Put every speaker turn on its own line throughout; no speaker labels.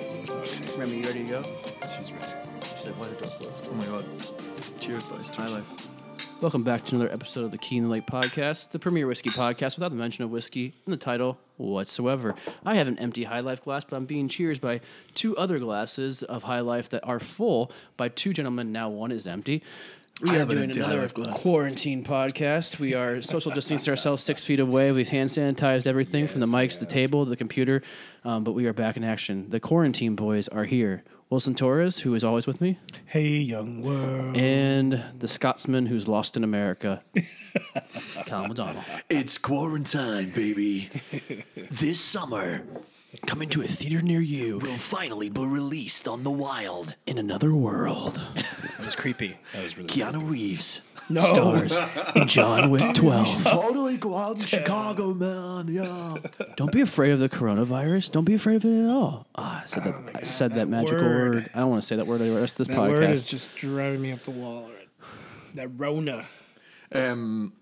program? Are you ready to go?
She's ready.
She's like, why the door closed?
Oh my god. Cheers, boys. High life.
Welcome back to another episode of the Keen and Lake Podcast, the premier whiskey podcast without the mention of whiskey in the title whatsoever. I have an empty High Life glass, but I'm being cheers by two other glasses of High Life that are full by two gentlemen. Now one is empty. We
I
are
have an
doing
empty High
another
Life glass.
quarantine podcast. We are social distancing ourselves six feet away. We've hand sanitized everything from the mics, the table, the computer, um, but we are back in action. The quarantine boys are here. Wilson Torres, who is always with me,
Hey, young world.
and the Scotsman who's lost in America, Colin McDonald.
It's quarantine, baby. this summer,
Coming to a theater near you
will finally be released on the wild.
in another world.
That was creepy. That was really
Keanu Reeves.
No. Stars in John Wick 12.
Totally go out to Chicago, man. Yeah.
Don't be afraid of the coronavirus. Don't be afraid of it at all. Ah, I said that, I said that, magical word.
word.
I don't want to say that word the rest of this
That
podcast.
word is just driving me up the wall. already. That Rona.
Um,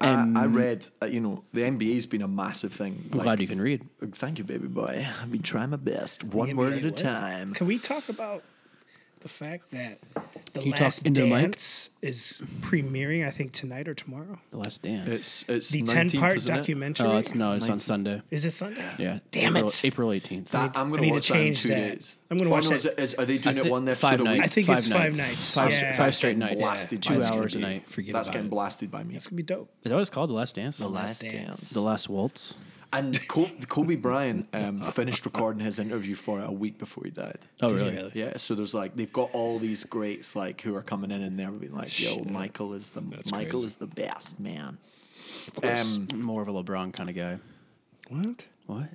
I, I read, uh, you know, the NBA's been a massive thing. uh,
I'm glad you can read.
Thank you, baby boy. I've been trying my best, one
NBA
word at a
what?
time.
Can we talk about the fact that the
you talk
last
into the mic?
dance is premiering? I think tonight or tomorrow.
The Last Dance.
It's it's
The
19th,
ten-part
isn't it?
documentary.
oh, it's no, it's on Sunday.
Is it Sunday?
Yeah.
Damn
April,
it.
April 18th.
That, I'm
I
going to
need to
watch that in
change
two
that.
days.
I'm gonna
Oh,
watch
no,
that-
is it- is- are they doing
I
it
thi-
one episode
five
a week?
nights.
I think
five
it's
nights.
five nights.
Five,
Yeah.
five straight nights.
Blasted
Two
That's
hours a
gonna be-
night.
forget
That's
about
getting
it.
blasted by me.
That's gonna be dope.
Is that what it's called? The Last Dance?
Last Dance.
the Last Waltz?
And Kobe, Kobe Bryant um, finished recording his interview for it a week before he died.
Oh,
Did you
really?
really?
Yeah, so there's like they've got all these greats like who are coming in and they're being like, "Yo, Michael is the Michael
crazy.
is the best man."
course.
Um,
More of a LeBron kind of guy.
What?
What?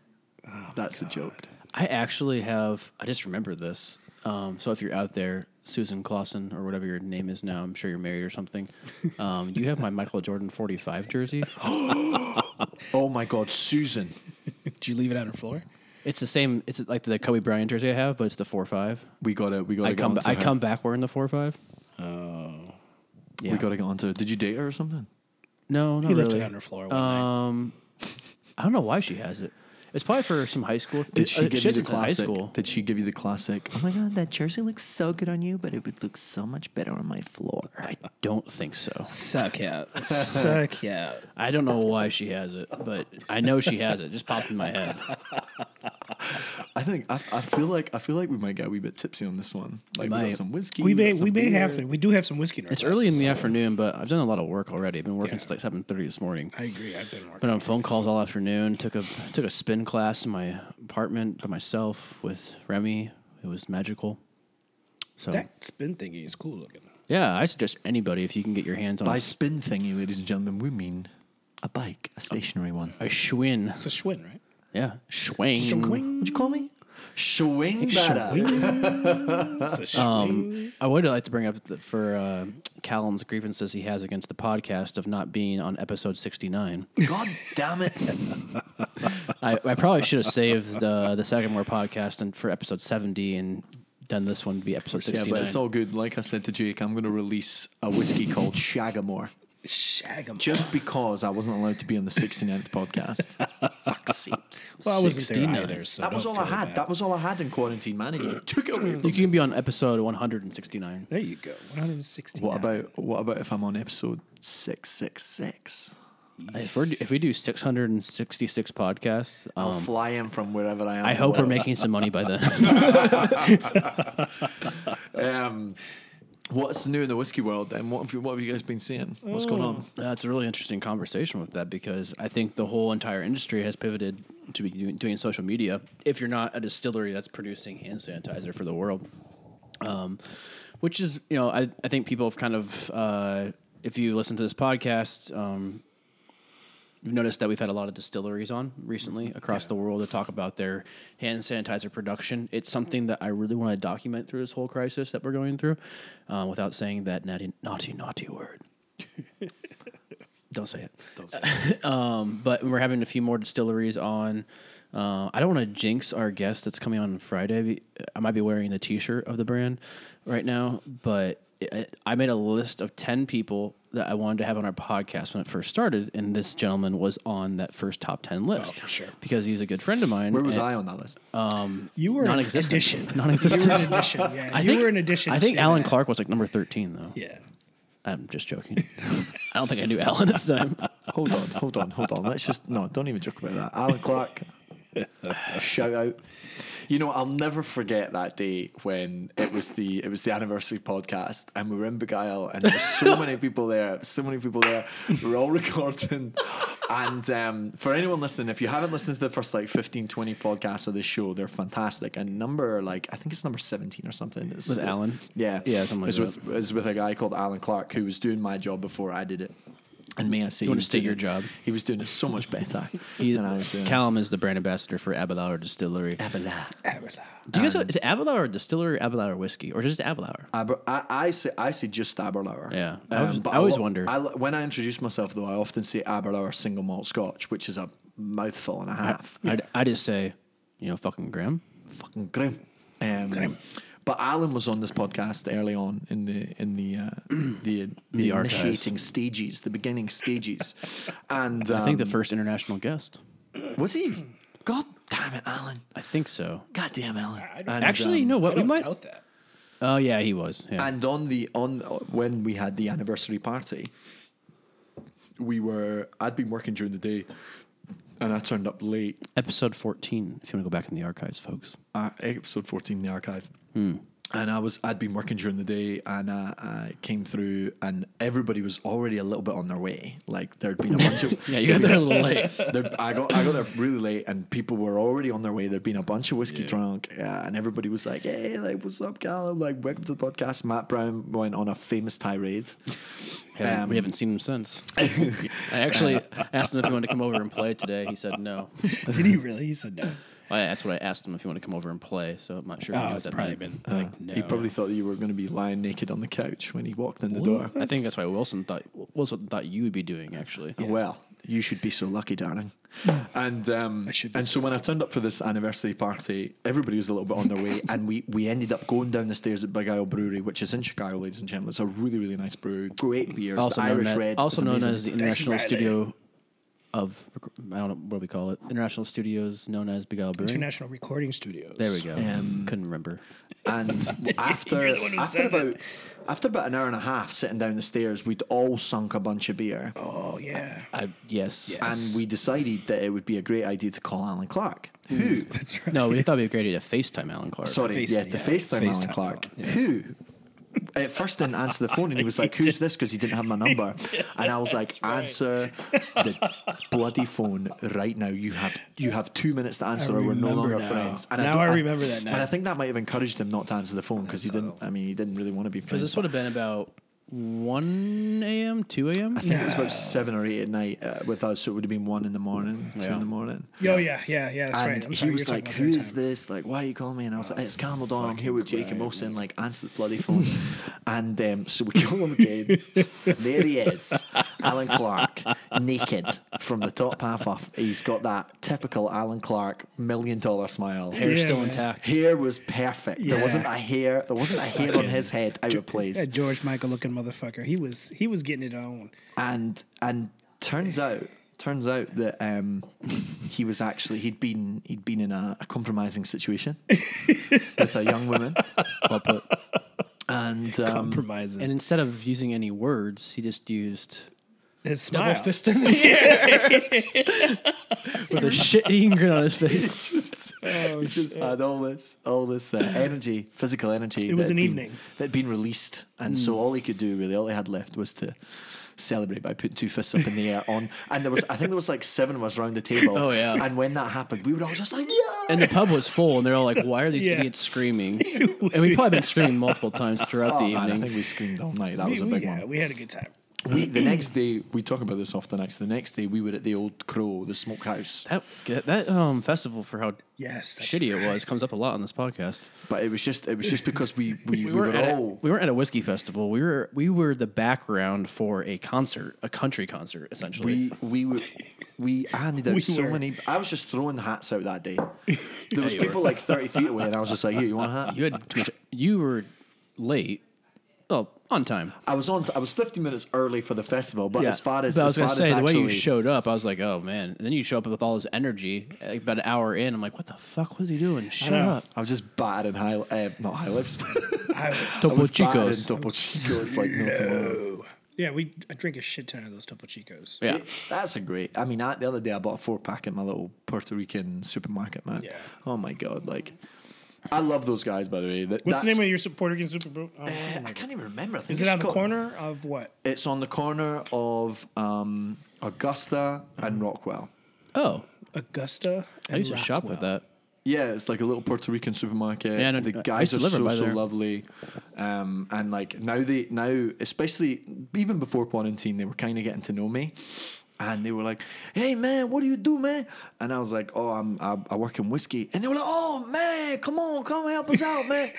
that's a joke.
I actually have. I just remember this. Um, so if you're out there, Susan Clausen or whatever your name is now, I'm sure you're married or something. Um, you have my Michael Jordan 45 jersey.
Oh my God, Susan!
Did you leave it on her floor?
It's the same. It's like the Kobe Bryant jersey I have, but it's the four five.
We gotta we gotta
I
get
come.
onto
I
her.
come back wearing the four five.
Oh.
Yeah.
We gotta get onto. her. Did you date her or something?
no, not
He left
really.
it on her floor one night.
Um, I don't know why she has it. It's probably for some high school.
Did she
uh,
give you
has
the
it to high
classic?
school?
Did she give you the classic? Oh my God, that jersey looks so good on you, but it would look so much better on my floor.
I don't think so.
Suck out. Suck out.
I don't know why she has it, but I know she has it. It Just popped in my head.
I think I, I feel like I feel like we might get a wee bit tipsy on this one. Like we
might.
got some whiskey.
We may
got some
we may
beer.
have to. We do have some whiskey in our
It's early in
glasses.
the afternoon, but I've done a lot of work already. I've been working
Yeah.
since like seven thirty this morning.
I agree. I've been working.
Been on phone calls all afternoon. Took a took a spin class in my apartment by myself with Remy. It was magical. So
That spin thingy is cool looking.
yeah, I suggest anybody if you can get your hands on a,
By
s-
spin thingy, ladies and gentlemen, we mean a bike, a stationary one.
a Schwinn.
It's a Schwinn, right?
Yeah, Schwing.
What'd you call me? Showing
It's a Schwinn.
Um, I would like to bring up the, for uh, Callum's grievances he has against the podcast of not being on episode sixty nine.
God damn it!
I, I probably should have saved uh, the Sagamore podcast and for episode seventy and done this one to be episode
yeah,
sixty
but
nine.
it's all good. Like I said to Jake, I'm going to release a whiskey called Shagamore
Shag 'em.
just because I wasn't allowed to be on the 69th podcast. Fuck's sake.
Well, I wasn't
69.
there either. So
that was
don't
all I
feel
had.
bad.
That was all I had in quarantine, man. And you took it away from
You
me.
can be on episode 169.
There you go. 160.
What about what about if I'm on episode six six six?
If, we're, if we do 666 podcasts,
I'll
um,
fly in from wherever I am.
I hope we're
whatever.
making some money by then.
Um, what's new in the whiskey world? Then what have you, what have you guys been seeing? What's going on?
That's a really interesting conversation with that because I think the whole entire industry has pivoted to be doing, doing social media. If you're not a distillery that's producing hand sanitizer for the world, um, which is, you know, I, I think people have kind of, uh, if you listen to this podcast, um, You've noticed that we've had a lot of distilleries on recently across the world to talk about their hand sanitizer production. It's something that I really want to document through this whole crisis that we're going through, uh, without saying that naughty, naughty, naughty word. Don't say it. Don't say it. um, but we're having a few more distilleries on. Uh, I don't want to jinx our guest that's coming on Friday. I might be wearing the T-shirt of the brand right now, but I I made a list of ten people that I wanted to have on our podcast when it first started, and this gentleman was on that first top ten list
for sure.
because he's a good friend of mine.
Where was
and-
I on that list?
You were an
Non-existent.
addition.
Non-existent.
You were an addition. Yeah. you were an addition.
I think
to
Alan
that.
Clark was like number thirteen though.
Yeah.
I'm just joking. I don't think I knew Alan at the time.
hold on, hold on, hold on. Let's just no, don't even joke about that. Alan Clark, shout out. You know, I'll never forget that day when it was the it was the anniversary podcast, and we were in Beguile, and there were so many people there, so many people there. We are all recording, and um, for anyone listening, if you haven't listened to the first like 15, 20 podcasts of this show, they're fantastic. And number like I think it's number seventeen or something is
With Alan?
yeah,
Yeah, something like
is with is with a guy called Alan Clark who was doing my job before I did it. And may I say,
You
he
wanna
was
state
doing
your
it-
job?
He was doing it so much better
He-
than I was doing.
Callum is the brand ambassador for Abelauer Distillery.
Abela.
Ah,
Do you guys know, is it Abelauer Distillery, or Abelauer Whiskey, or just Abelauer?
Aber- I, I say I say just Aberlour.
Yeah. I was-
but
I always
lo-
wondered.
I lo- when I introduce myself, though, I often say Aberlour single malt Scotch, which is a mouthful and a half.
I, I just say, you know, fucking Graham.
Fucking grim. Um, But Alan was on this podcast early on in the in the uh, the, the,
The archives.
initiating stages, the beginning stages, and um,
I think the first international guest.
was he. God damn it, Alan!
I think so.
God damn, Alan!
I don't-
And,
Actually, you
um,
know what?
I
We
don't
might.
doubt that.
Oh yeah, he was. Yeah.
And on the on when we had the anniversary party, we were I'd been working during the day, and I turned up late.
Episode fourteen. If you want to go back in the archives, folks.
Uh, episode fourteen, the archive. And I was I'd been working during the day, and I, I came through, and everybody was already a little bit on their way. Like there'd been a bunch of
Yeah, you got there a little late.
there, I got I got there really late, and people were already on their way. There'd been a bunch of whiskey drunk, uh, and everybody was like, "Hey, like, what's up, Callum? Like, welcome to the podcast." Matt Brown went on a famous tirade.
Yeah,
Um,
we haven't seen him since. I actually asked him if he wanted to come over and play today. He said no.
Did he really? He said no.
Well, that's what I asked him if he wanted to come over and play. So I'm not sure. if he
Oh,
was
it's
at
probably
night.
been
Uh,
like no.
He probably thought that you were going to be lying naked on the couch when he walked in the door.
I think that's why Wilson thought Wilson thought you would be doing actually.
Well, you should be so lucky, darling. And um,
I should be
and so when I turned up for this anniversary party, everybody was a little bit on their way, and we, we ended up going down the stairs at Big Isle Brewery, which is in Chicago, ladies and gentlemen. It's a really really nice brewery, great beers,
Also
the
known,
Irish
as-
Red,
also
is
known
amazing.
as the International
Riley.
Studio of I don't know what do we call it. International Studios known as Big Isle Brewing.
International Recording Studios.
There we go.
Um,
Couldn't remember.
And after
You're the one who
after
says it.
about after about an hour and a half sitting down the stairs, we'd all sunk a bunch of beer,
Oh yeah.
I yes.
and we decided that it would be a great idea to call Alan Clark,
Hmm.
who
That's right.
No, we thought it'd be a great idea to FaceTime Alan Clark.
Sorry,
Face-
yeah, to
yeah,
FaceTime Alan
FaceTime
Clark. Who? At first didn't answer the phone and he was like, Who's this? Because he didn't have my number. And I was like, Answer the bloody phone right now. You have you have two minutes to answer or we're no
remember
longer
now.
friends.
Now
don't-
I remember that now.
And I think that might have encouraged him not to answer the phone because he didn't I mean he didn't really want to be friends.
Because this would have been about one a.m., two a.m.
I think it was about seven or eight at night uh, with us, so it would have been one in the morning, two
Yeah.
in the morning.
Yo, Oh, yeah, yeah, yeah. That's right.
And
I'm
he
sorry,
was
you're
like,
talking
"Who
about
is this? Like, why are you calling me?" And I was like, "It's Callum O'Donnell. I'm here with Jake and Wilson. Like, answer the bloody phone." and um, so we call him again. there he is, Alan Clark, naked from the top half off. He's got that typical Alan Clark million dollar smile.
Hair
Yeah,
still
man.
intact.
Hair was perfect. There
Yeah.
wasn't a hair. There wasn't a hair on his head out of place.
That George Michael looking motherfucker. He was he was getting it on.
and and turns out turns out that um, he was actually he'd been he'd been in a, a compromising situation with a young woman
Well put.
and um,
compromising.
And instead of using any words, he just used
His
double
smile.
fist in the air with a shit-eating grin on his face.
just, he just had all this all this uh, energy physical energy it
was an evening.
that'd been released and so all he could do really all he had left was to celebrate by putting two fists up in the air on and there was I think there was like seven of us around the table
Oh, yeah.
and when that happened we were all just like yeah
And the pub was full, and they're all like, "Why are these
Yeah.
idiots screaming?" And we've probably been screaming multiple times throughout
Oh,
the
man, I
evening.
think we screamed all night. That
We,
was a
we-
big
yeah,
one.
we had a good time.
we, the next day, we talk about this off the next. The next day, we were at the Old Crow, the smokehouse,
That that, that um, festival for how
Yes, that's
shitty it was comes up a lot on this podcast.
but it was just it was just because we
We,
we, we,
weren't
were
at a,
all
we weren't at a whiskey festival. We were we were the background for a concert, a country concert, essentially.
we we were. We I handed out
We
so
were.
many. I was just throwing hats out that day. There was
you were.
people like thirty feet away, and I was just like, "Here, you want a hat?"
you had too much, you were late well, on time.
I was on. I was 15 minutes early for the festival, but
Yeah.
as far as
But I was
as far
gonna
as
say the way
actually,
you showed up, I was like, oh man. And then you show up with all this energy. Like about an hour in, I'm like, what the fuck was he doing? Shut
know.
up.
I was just battered in high, uh, not high lips.
I was-
I
Topo
was battered in
Chicos.
Topo Chicos like no tomorrow.
yeah, we I drink a shit ton of those Topo Chicos.
yeah.
That's a great. I mean, I, the other day I bought a four pack at my little Puerto Rican supermarket, man.
Yeah.
Oh my god, like, I love those guys. By the way, That-
What's the
that's-
name of your su- Puerto Rican super? Oh, bro- I don't
Uh,
remember.
I can't even remember. I think
Is it
it's
on the
called-
corner of what?
It's on the corner of um, Augusta
Mm-hmm.
and Rockwell.
Oh,
Augusta.
I used to shop with that.
Yeah, it's like a little Puerto Rican supermarket.
Yeah, I know-
the
I
guys
used to
are
live right
so
by
so
there.
lovely, um, and like now they now especially even before quarantine they were kind of getting to know me, and they were like, "Hey man, what do you do, man?" And I was like, "Oh, I'm I, I work in whiskey," and they were like, "Oh man, come on, come help us out, man."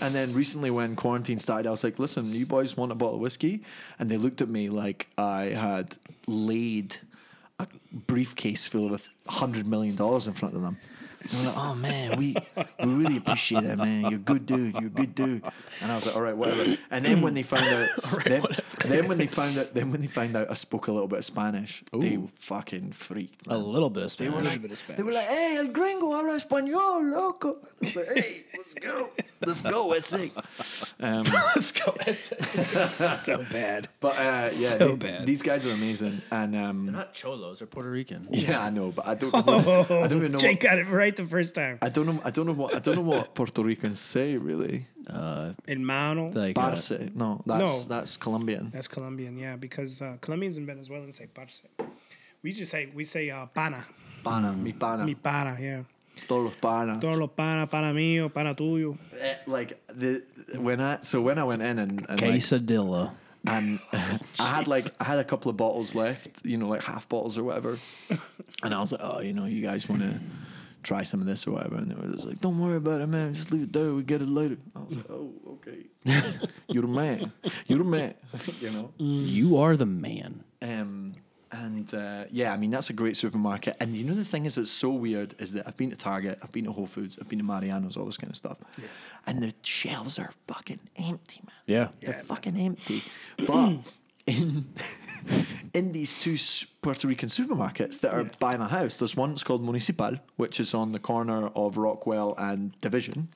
and then recently when quarantine started, I was like, "Listen, you boys want a bottle of whiskey?" And they looked at me like I had laid a briefcase filled with hundred million dollars in front of them. And they're like, "Oh man, we we really appreciate that, man. You're a good dude. You're a good dude." And I was like, "All right, whatever." And then when they found out, then, then when they found out, then when they found out I spoke a little bit of Spanish, they fucking freaked.
A
Man.
little bit of
They were
Spanish.
like,
bit of
they were like, "Hey, el gringo habla español, loco." I was like, "Hey, let's go, let's go, SA." Um,
Let's go. so bad.
but uh, yeah,
So
they-
bad.
these guys are amazing, and um,
Not cholos, they're Puerto Rican.
yeah, I know, but I don't, know what, I don't even know.
Oh. Jake
what,
got it right the first time.
I don't know. I don't know what I don't know what Puerto Ricans say really.
In Mano.
Like, uh,
Parce. No, that's
No.
that's Colombian.
That's Colombian, yeah, because uh, Colombians and Venezuelans say parce. We just say we say uh, pana,
Pana, mi pana,
mi pana, yeah.
todos los pana.
Todos los pana, pana mío, pana tuyo.
Eh, Like the when I so when I went in and and, like,
quesadilla.
and I had like I had a couple of bottles left, you know, like half bottles or whatever, and I was like, oh, you know, you guys want to try some of this or whatever, and they were just like, don't worry about it, man, just leave it there, we get it later. I was like, oh, okay, you're the man, you're the man, you know.
You are the man.
Um, and uh, yeah, I mean that's a great supermarket. And you know the thing is, it's so weird is that I've been to Target, I've been to Whole Foods, I've been to Mariano's, all this kind of stuff, and the shelves are fucking empty, man.
Yeah.
they're fucking empty. But in in these two s- Puerto Rican supermarkets that are by my house, there's one that's called Municipal, which is on the corner of Rockwell and Division.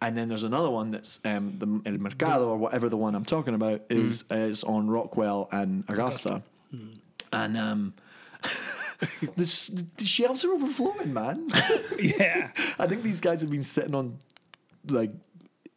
And then there's another one that's um, the El Mercado or whatever the one I'm talking about is is on Rockwell and Augusta, and um, the, s- the shelves are overflowing, man.
Yeah.
I think these guys have been sitting on like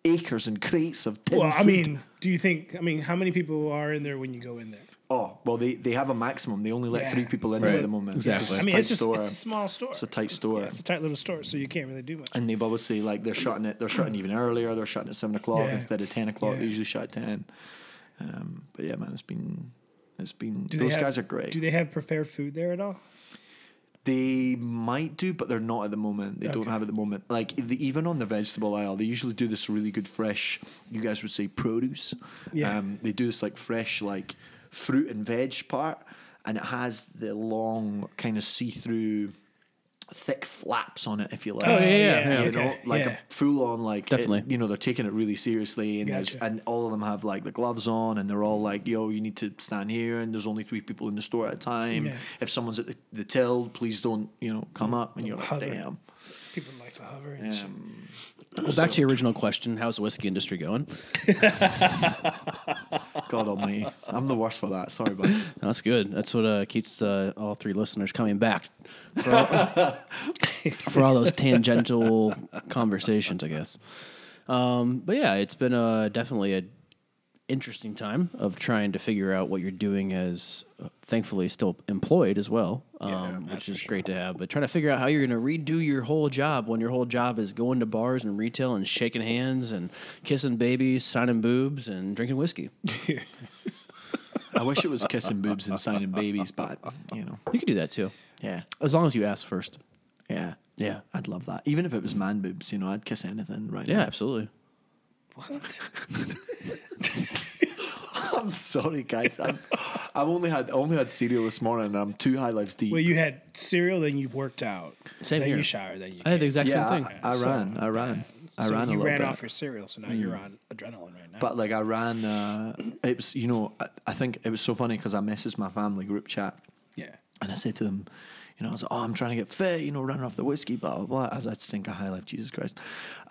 acres and crates of tin
well, I
food.
mean, do you think? I mean, how many people are in there when you go in there?
Oh well, they, they have a maximum. They only let
Yeah.
three people in
Right.
there at the moment.
Exactly.
a
I mean,
tight
it's just
store.
it's a small store.
It's a tight store.
Yeah, it's a tight little store, so you can't really do much.
and they've obviously like they're shutting it. They're shutting even earlier. They're shutting at seven o'clock
Yeah.
instead of ten o'clock. They
Yeah.
usually shut at ten. Um, but yeah, man, it's been it's been
Do they
those
have-
guys are great.
Do they have prepared food there at all?
They might do, but they're not at the moment. They don't have at the moment. Like the, even on the vegetable aisle, they usually do this really good fresh. You guys would say produce.
Yeah.
Um, they do this like fresh like fruit and veg part, and it has the long kind of see through. Thick flaps on it, if you like.
Oh, yeah, yeah, yeah,
You
okay,
know, like
yeah.
a full on, like it-
Definitely.
you know, they're taking it really seriously, and there's
Gotcha.
and all of them have like the gloves on, and they're all like, "Yo, you need to stand here," and there's only three people in the store at a time.
Yeah.
If someone's at the, the till, please don't, you know, come
Mm,
up. And you're like,
hover.
damn.
People like to hover and shit.
Well, back to your original question. How's the whiskey industry going?
God almighty. I'm the worst for that. Sorry, boys.
That's good. That's what uh, keeps uh, all three listeners coming back for all, for all those tangential conversations, I guess. Um, but yeah, it's been uh, definitely a interesting time of trying to figure out what you're doing as uh, thankfully still employed as well, um, which is great to have. But trying to figure out how you're going to redo your whole job when your whole job is going to bars and retail and shaking hands and kissing babies, signing boobs, and drinking whiskey.
I wish it was kissing boobs and signing babies, but, you know,
You could do that too,
yeah.
as long as you ask first.
Yeah.
Yeah.
I'd love that. Even if it was man boobs, you know, I'd kiss anything right
Yeah,
now.
absolutely.
I'm sorry, guys. I'm, I've only had I only had cereal this morning and I'm two high lives deep.
Well, you had cereal, then you worked out,
Same
then
here.
you showered, then you.
I had the
came.
exact
yeah,
same thing.
I, I ran. I ran. I
so
ran a
you
little
ran
bit. Mm.
off your cereal, so now you're on adrenaline right now.
But like I ran, uh, it was you know I, I think it was so funny because I messaged my family group chat
yeah,
and I said to them, you know, I was like, oh, I'm trying to get fit, you know, running off the whiskey, blah blah blah. As I just think a high life, Jesus Christ,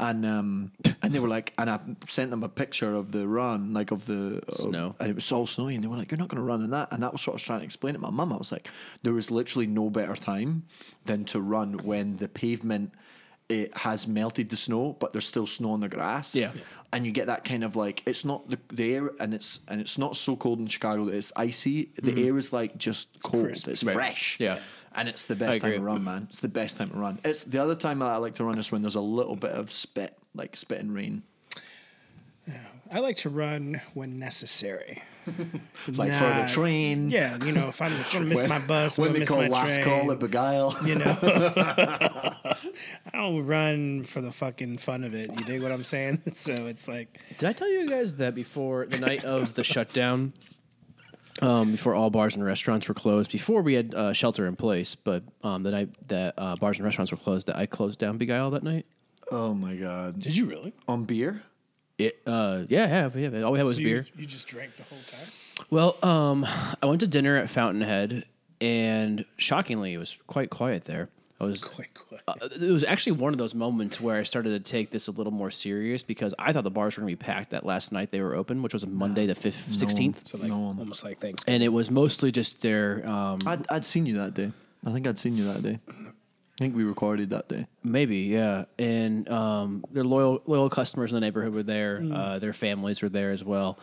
and um, and they were like, and I sent them a picture of the run, like of the of-
Snow.
and it was all snowy, and they were like, you're not going to run in that, and that was what I was trying to explain to my mum. I was like, there was literally no better time than to run when the pavement. It has melted the snow, but there's still snow on the grass
Yeah. Yeah.
and you get that kind of like it's not the, the air and it's and it's not so cold in Chicago that it's icy. The
Mm-hmm.
air is like just cold.
crisp.
It's
Right.
fresh.
Yeah.
And it's the best time
agree.
to run, man. It's the best time to run. It's the other time I like to run is when there's a little bit of spit, like spit and rain.
I like to run when necessary.
Like
Nah,
for the train.
Yeah, you know, if I'm going to miss my bus,
When
I'm
they
miss
call
my
last
train,
call at Beguile.
you know, I don't run for the fucking fun of it. You dig what I'm saying? So it's like,
Did I tell you guys that before the night of the shutdown, um, before all bars and restaurants were closed, before we had uh, shelter in place, but um, the night that uh, bars and restaurants were closed, that I closed down Beguile that night.
Oh my god.
Did you really?
On beer?
It, uh, yeah, yeah, yeah. All we had was
you,
beer.
you just drank the whole time.
Well, um, I went to dinner at Fountainhead, and shockingly, it was quite quiet there. I was
Quite quick.
uh, it was actually one of those moments where I started to take this a little more serious because I thought the bars were going to be packed that last night they were open, which was Monday the fifth, sixteenth,
so like almost like thanks.
and it was mostly just their um,
I'd I'd seen you that day. I think I'd seen you that day. I think we recorded that day.
Maybe, yeah. And um, their loyal loyal customers in the neighborhood were there. Uh, their families were there as well,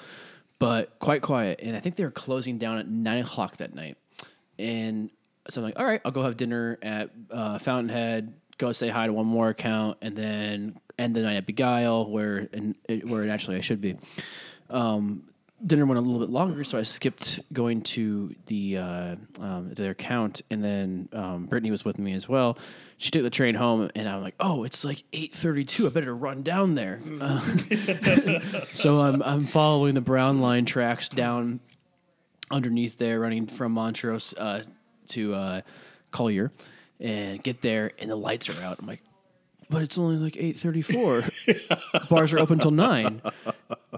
but quite quiet. And I think they were closing down at nine o'clock that night. And so I'm like, all right, I'll go have dinner at uh, Fountainhead. Go say hi to one more account, and then end the night at Beguile, where and it, where naturally I should be. Um, dinner went a little bit longer, so I skipped going to the uh, um, their account, and then um, Brittany was with me as well. She took the train home, and I'm like, "Oh, it's like 8:32. I better run down there." Uh, so I'm I'm following the Brown Line tracks down underneath there, running from Montrose uh, to uh, Collier, and get there, and the lights are out. I'm like, but it's only like 8.34 bars are open till 9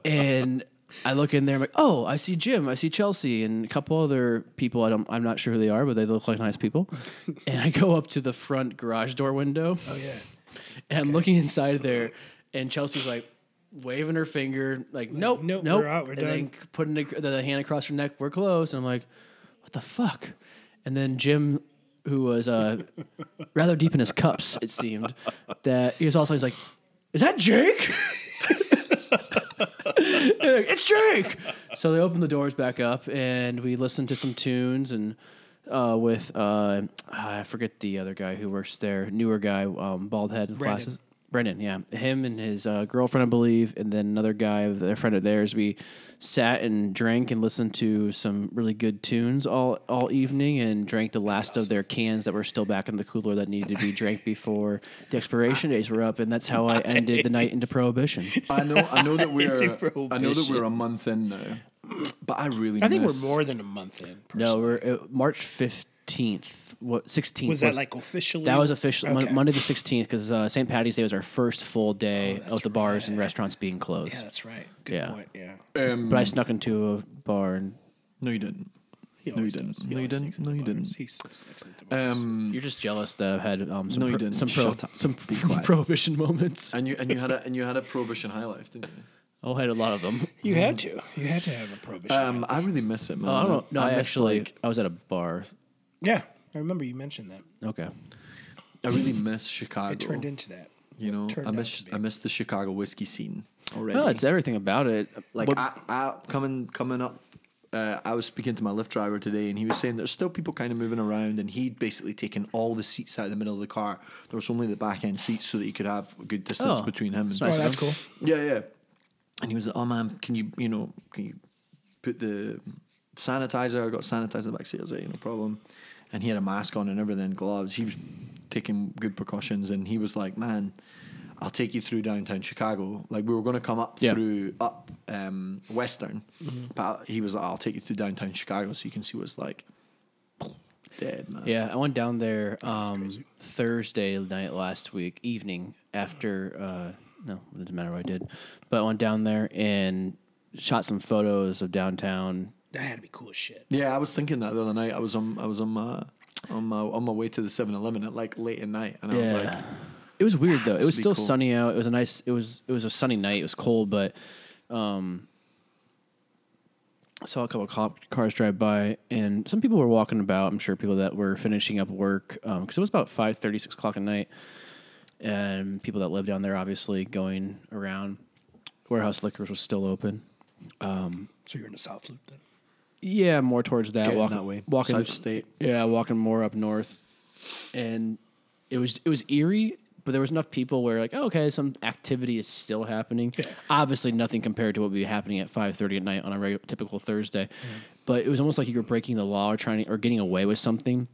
and i look in there i'm like oh i see jim i see chelsea and a couple other people i don't i'm not sure who they are but they look like nice people and i go up to the front garage door window
Oh yeah.
and i'm looking inside of there and chelsea's like waving her finger like nope
nope,
nope,
we're out, we're
and then putting the, the hand across her neck we're close and i'm like what the fuck and then jim who was uh rather deep in his cups, it seemed, that he was also he's like, Is that Jake? And they're like, it's Jake. So they opened the doors back up and we listened to some tunes and uh, with uh, I forget the other guy who works there, newer guy, um, bald head with
Brendan.
glasses. Brendan, yeah, him and his uh, girlfriend, I believe, and then another guy, a friend of theirs. We sat and drank and listened to some really good tunes all all evening, and drank the last of their cans that were still back in the cooler that needed to be drank before the expiration days were up, and that's how I ended the night into prohibition.
I know I know that we're
Into
I know that we're
prohibition.
a month in now. But I really
I think
miss-
we're more than a month in.
No, we're it, March fifteenth. What sixteenth
Was that like officially?
That was official Mon
Okay.
Monday the sixteenth because uh, St. Patty's Day was our first full day of the bars and restaurants being closed.
Yeah, that's right. Good
Yeah.
point. Yeah.
um,
But I snuck into a bar and
No, you didn't.
He
No, you
always
didn't.
does. He
No, you
always
didn't.
sneaks in
No,
the
you
bars.
didn't.
He Uh, sneaks in the bars.
Um,
you're just jealous that I've had um, some
No, you
pro-
didn't.
some pro-
Shut up.
some
Be quiet.
prohibition moments.
and you and you had a and you had a prohibition high life, didn't you?
I had a lot of them.
you had to. You had to have a prohibition.
Uh,
Um, I really miss it, man.
Oh, I don't know. No, I,
miss,
actually
like,
I was at a bar.
yeah, I remember you mentioned that.
Okay,
I really miss Chicago.
It turned into that.
you know,
turned
I
out
miss
to be.
I miss the Chicago whiskey scene already.
well, it's everything about it.
like
What-
I, I coming coming up. Uh, I was speaking to my Lyft driver today, and he was saying there's still people kind of moving around, and he'd basically taken all the seats out of the middle of the car. There was only the back end seats so that he could have a good distance
Oh,
between him and
nice of him.
cool.
Yeah, yeah. And he was like, "Oh man, can you you know can you put the sanitizer? I got sanitizer in the back seat. I was like, no problem." And he had a mask on and everything, gloves. He was taking good precautions, and he was like, "Man, I'll take you through downtown Chicago. Like we were going to come up
Yeah. Mm-hmm.
through up um, Western, but he was like, I'll take you through downtown Chicago so you can see what's like." Dead man.
Yeah, I went down there um, Thursday night last week evening after uh, no, it doesn't matter what I did. But I went down there and shot some photos of downtown.
That had to be cool as shit.
Yeah, I was thinking that the other night. I was on I was on my on my on my way to the 7-Eleven at like late at night, and I was like,
it was weird though. It was
This would be
still
cool.
sunny out. It was a nice. It was it was a sunny night. It was cold, but um, I saw a couple of cop cars drive by, and some people were walking about. I'm sure people that were finishing up work because it was about five thirty, six o'clock at night, and people that lived down there obviously going around. Warehouse liquors was still open.
So you're in the South Loop then.
Yeah, more towards that.
Getting
walking
that way.
Walking
South State.
Yeah, walking more up north, and it was it was eerie, but there was enough people where like, oh, okay, some activity is still happening. Obviously, nothing compared to what would be happening at five thirty at night on a regular, typical Thursday,
Mm-hmm.
but it was almost like you were breaking the law or trying to, or getting away with something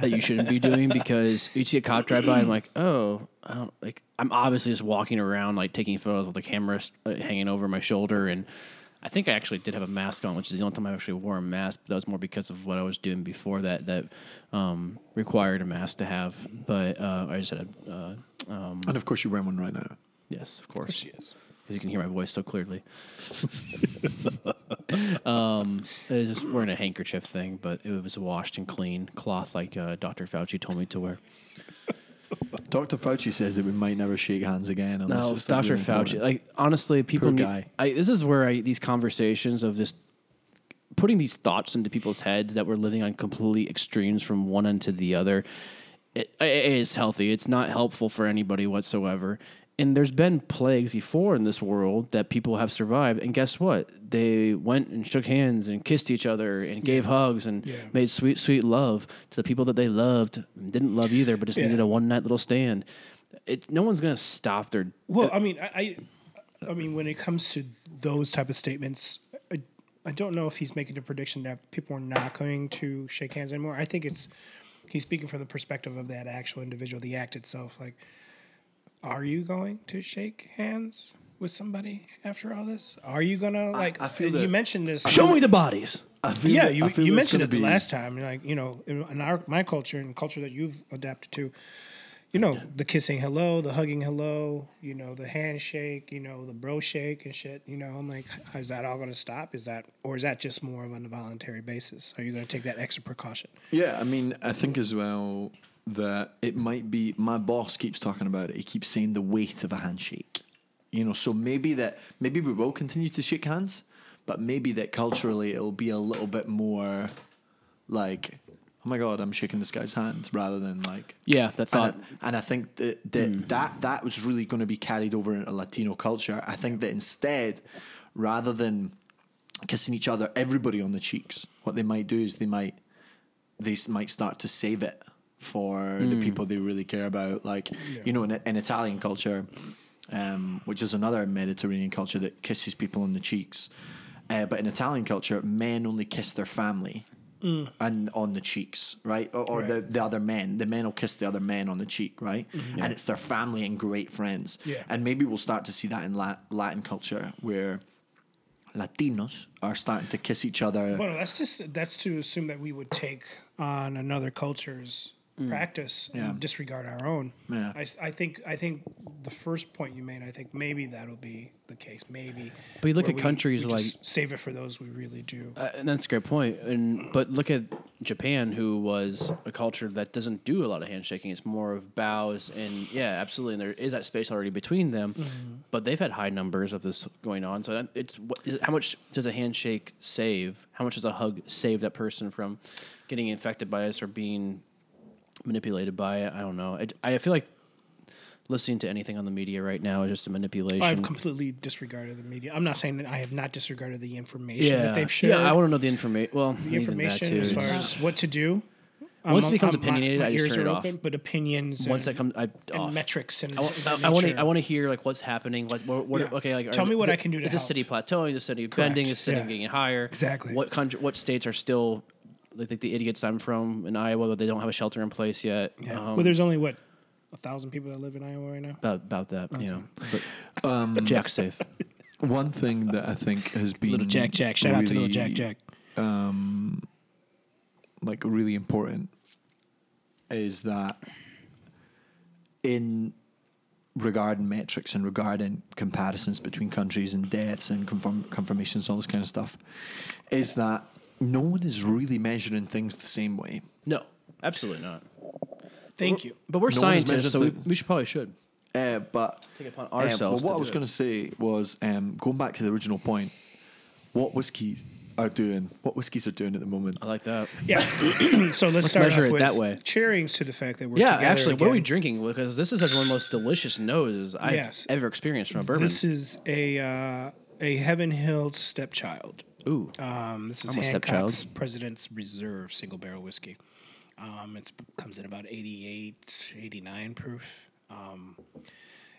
that you shouldn't be doing because you see a cop drive by and I'm like, oh, I don't, like I'm obviously just walking around like taking photos with the camera uh, hanging over my shoulder and I think I actually did have a mask on, which is the only time I actually wore a mask. But that was more because of what I was doing before that that um, required a mask to have. But uh, I just had a uh,
and of course you're wearing one right now.
yes, of course, because you can hear my voice so clearly. um, I was just wearing a handkerchief thing, but it was washed and clean cloth, like uh, Dr. Fauci told me to wear.
Doctor Fauci says that we might never shake hands again.
No,
Unless
it's
it's like
Dr.
really
Fauci.
important.
Like honestly, people. need-
guy.
I, this is where I these conversations of just putting these thoughts into people's heads that we're living on complete extremes from one end to the other. It, it is healthy. It's not helpful for anybody whatsoever. And there's been plagues before in this world that people have survived. And guess what? They went and shook hands and kissed each other and gave hugs and
Yeah.
made sweet, sweet love to the people that they loved. and Didn't love either, but just
Yeah.
needed a one night little stand. It, no one's gonna stop their
Well, I mean, I, I, I mean, when it comes to those type of statements, I, I don't know if he's making the prediction that people are not going to shake hands anymore. I think it's he's speaking from the perspective of that actual individual, the act itself. Like, are you going to shake hands with somebody after all this? Are you gonna like?
I feel
you
that-
mentioned this.
Show me the bodies.
I feel
Yeah,
that-
you,
I feel
you
it's
mentioned
gonna
it the
be-
last time. Like you know, in, in our my culture and culture that you've adapted to, you know, the kissing hello, the hugging hello, you know, the handshake, you know, the bro shake and shit. You know, I'm like, is that all going to stop? Is that or is that just more of an involuntary basis? Are you going to take that extra precaution?
Yeah, I mean, I think as well that it might be. My boss keeps talking about it. He keeps saying the weight of a handshake. You know, so maybe that maybe we will continue to shake hands, but maybe that culturally it'll be a little bit more like, oh my god, I'm shaking this guy's hand rather than like.
Yeah, that thought.
And I, and I think that that, that that was really going to be carried over into Latino culture. I think that instead, rather than kissing each other, everybody on the cheeks, what they might do is they might they s- might start to save it for the people they really care about. Like you know, in, in Italian culture, um, which is another Mediterranean culture that kisses people on the cheeks, uh, but in Italian culture, men only kiss their family. And on the cheeks, right? Or, or The, the other men. The men will kiss the other men on the cheek, right? And it's their family and great friends.
Yeah.
And maybe we'll start to see that in Lat- Latin culture where Latinos are starting to kiss each other.
Well, no, that's just that's to assume that we would take on another culture's practice and
Mm. Yeah.
disregard our own.
Yeah.
I, s- I think I think the first point you made, I think maybe that'll be the case. Maybe.
But you look
where
at countries
just save it for those we really do.
Uh, and that's a great point. And but look at Japan, who was a culture that doesn't do a lot of handshaking. It's more of bows, and yeah, absolutely. And there is that space already between them, but they've had high numbers of this going on. So that- it's what, is, how much does a handshake save? How much does a hug save that person from getting infected by us or being manipulated by it? I don't know. I, I feel like listening to anything on the media right now is just a manipulation.
I've completely disregarded the media. I'm not saying that I have not disregarded the information that they've shared.
yeah. I want to know the information. Well,
the information as far as what to do.
Once it becomes opininated, I just
ears
turn
are
it off.
But opinions
once that
and,
comes, I
and
off.
metrics and
I
is-
want,
is
I, want
nature.
to. I want to hear like what's happening. Like what? what
Yeah.
okay, like
Tell
are
me what
the-
I can do to
Is the
help.
city plateauing? Is the city bending? Is the city
yeah.
getting higher?
Exactly.
What country? What states are still? I think the idiots I'm from in Iowa that they don't have a shelter in place yet.
Yeah.
Um,
well, there's only what a thousand people that live in Iowa right now.
about, about that, you know. But,
Um,
Jack's safe.
One thing that I think has been
Little Jack Jack. Shout out to Little Jack Jack.
Like really important is that in regarding metrics and regarding comparisons between countries and deaths and confirm, confirmations, all this kind of stuff, is that no one is really measuring things the same way.
No, absolutely not.
Thank you.
But we're
No one has
scientists,
measured
so we,
the-
we should probably should.
Uh, but
Take it upon
uh, but
ourselves to
what I
do
was
it.
going to say was um, going back to the original point. What whiskeys are doing? What whiskeys are doing at the moment?
I like that.
Yeah. so let's, start
measure
off
it
with
that way.
Cheerings to the fact that we're
yeah,
together
actually, what are we
again.
drinking? Because this is like one of the most delicious noses I've
Yes.
ever experienced from a bourbon.
This is a uh, a Heaven Hill stepchild.
Ooh,
Um, this is
I'm a
Hancock's
stepchild.
President's Reserve single barrel whiskey. Um, it comes in about 88, 89 proof. Um,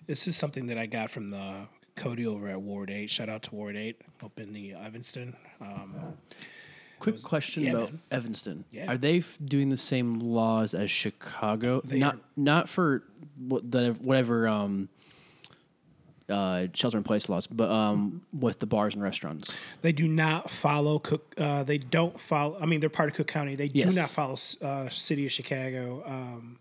this is something that I got from the Cody over at Ward 8. Shout out to Ward 8 up in the Evanston. Um,
quick question
yeah,
about
man.
Evanston.
Yeah.
Are they f- doing the same laws as Chicago? not not for what the, whatever um, uh, shelter in place laws, but um, with the bars and restaurants.
they do not follow Cook. Uh, they don't follow. I mean, they're part of Cook County. They
Yes.
do not follow uh, City of Chicago. Um,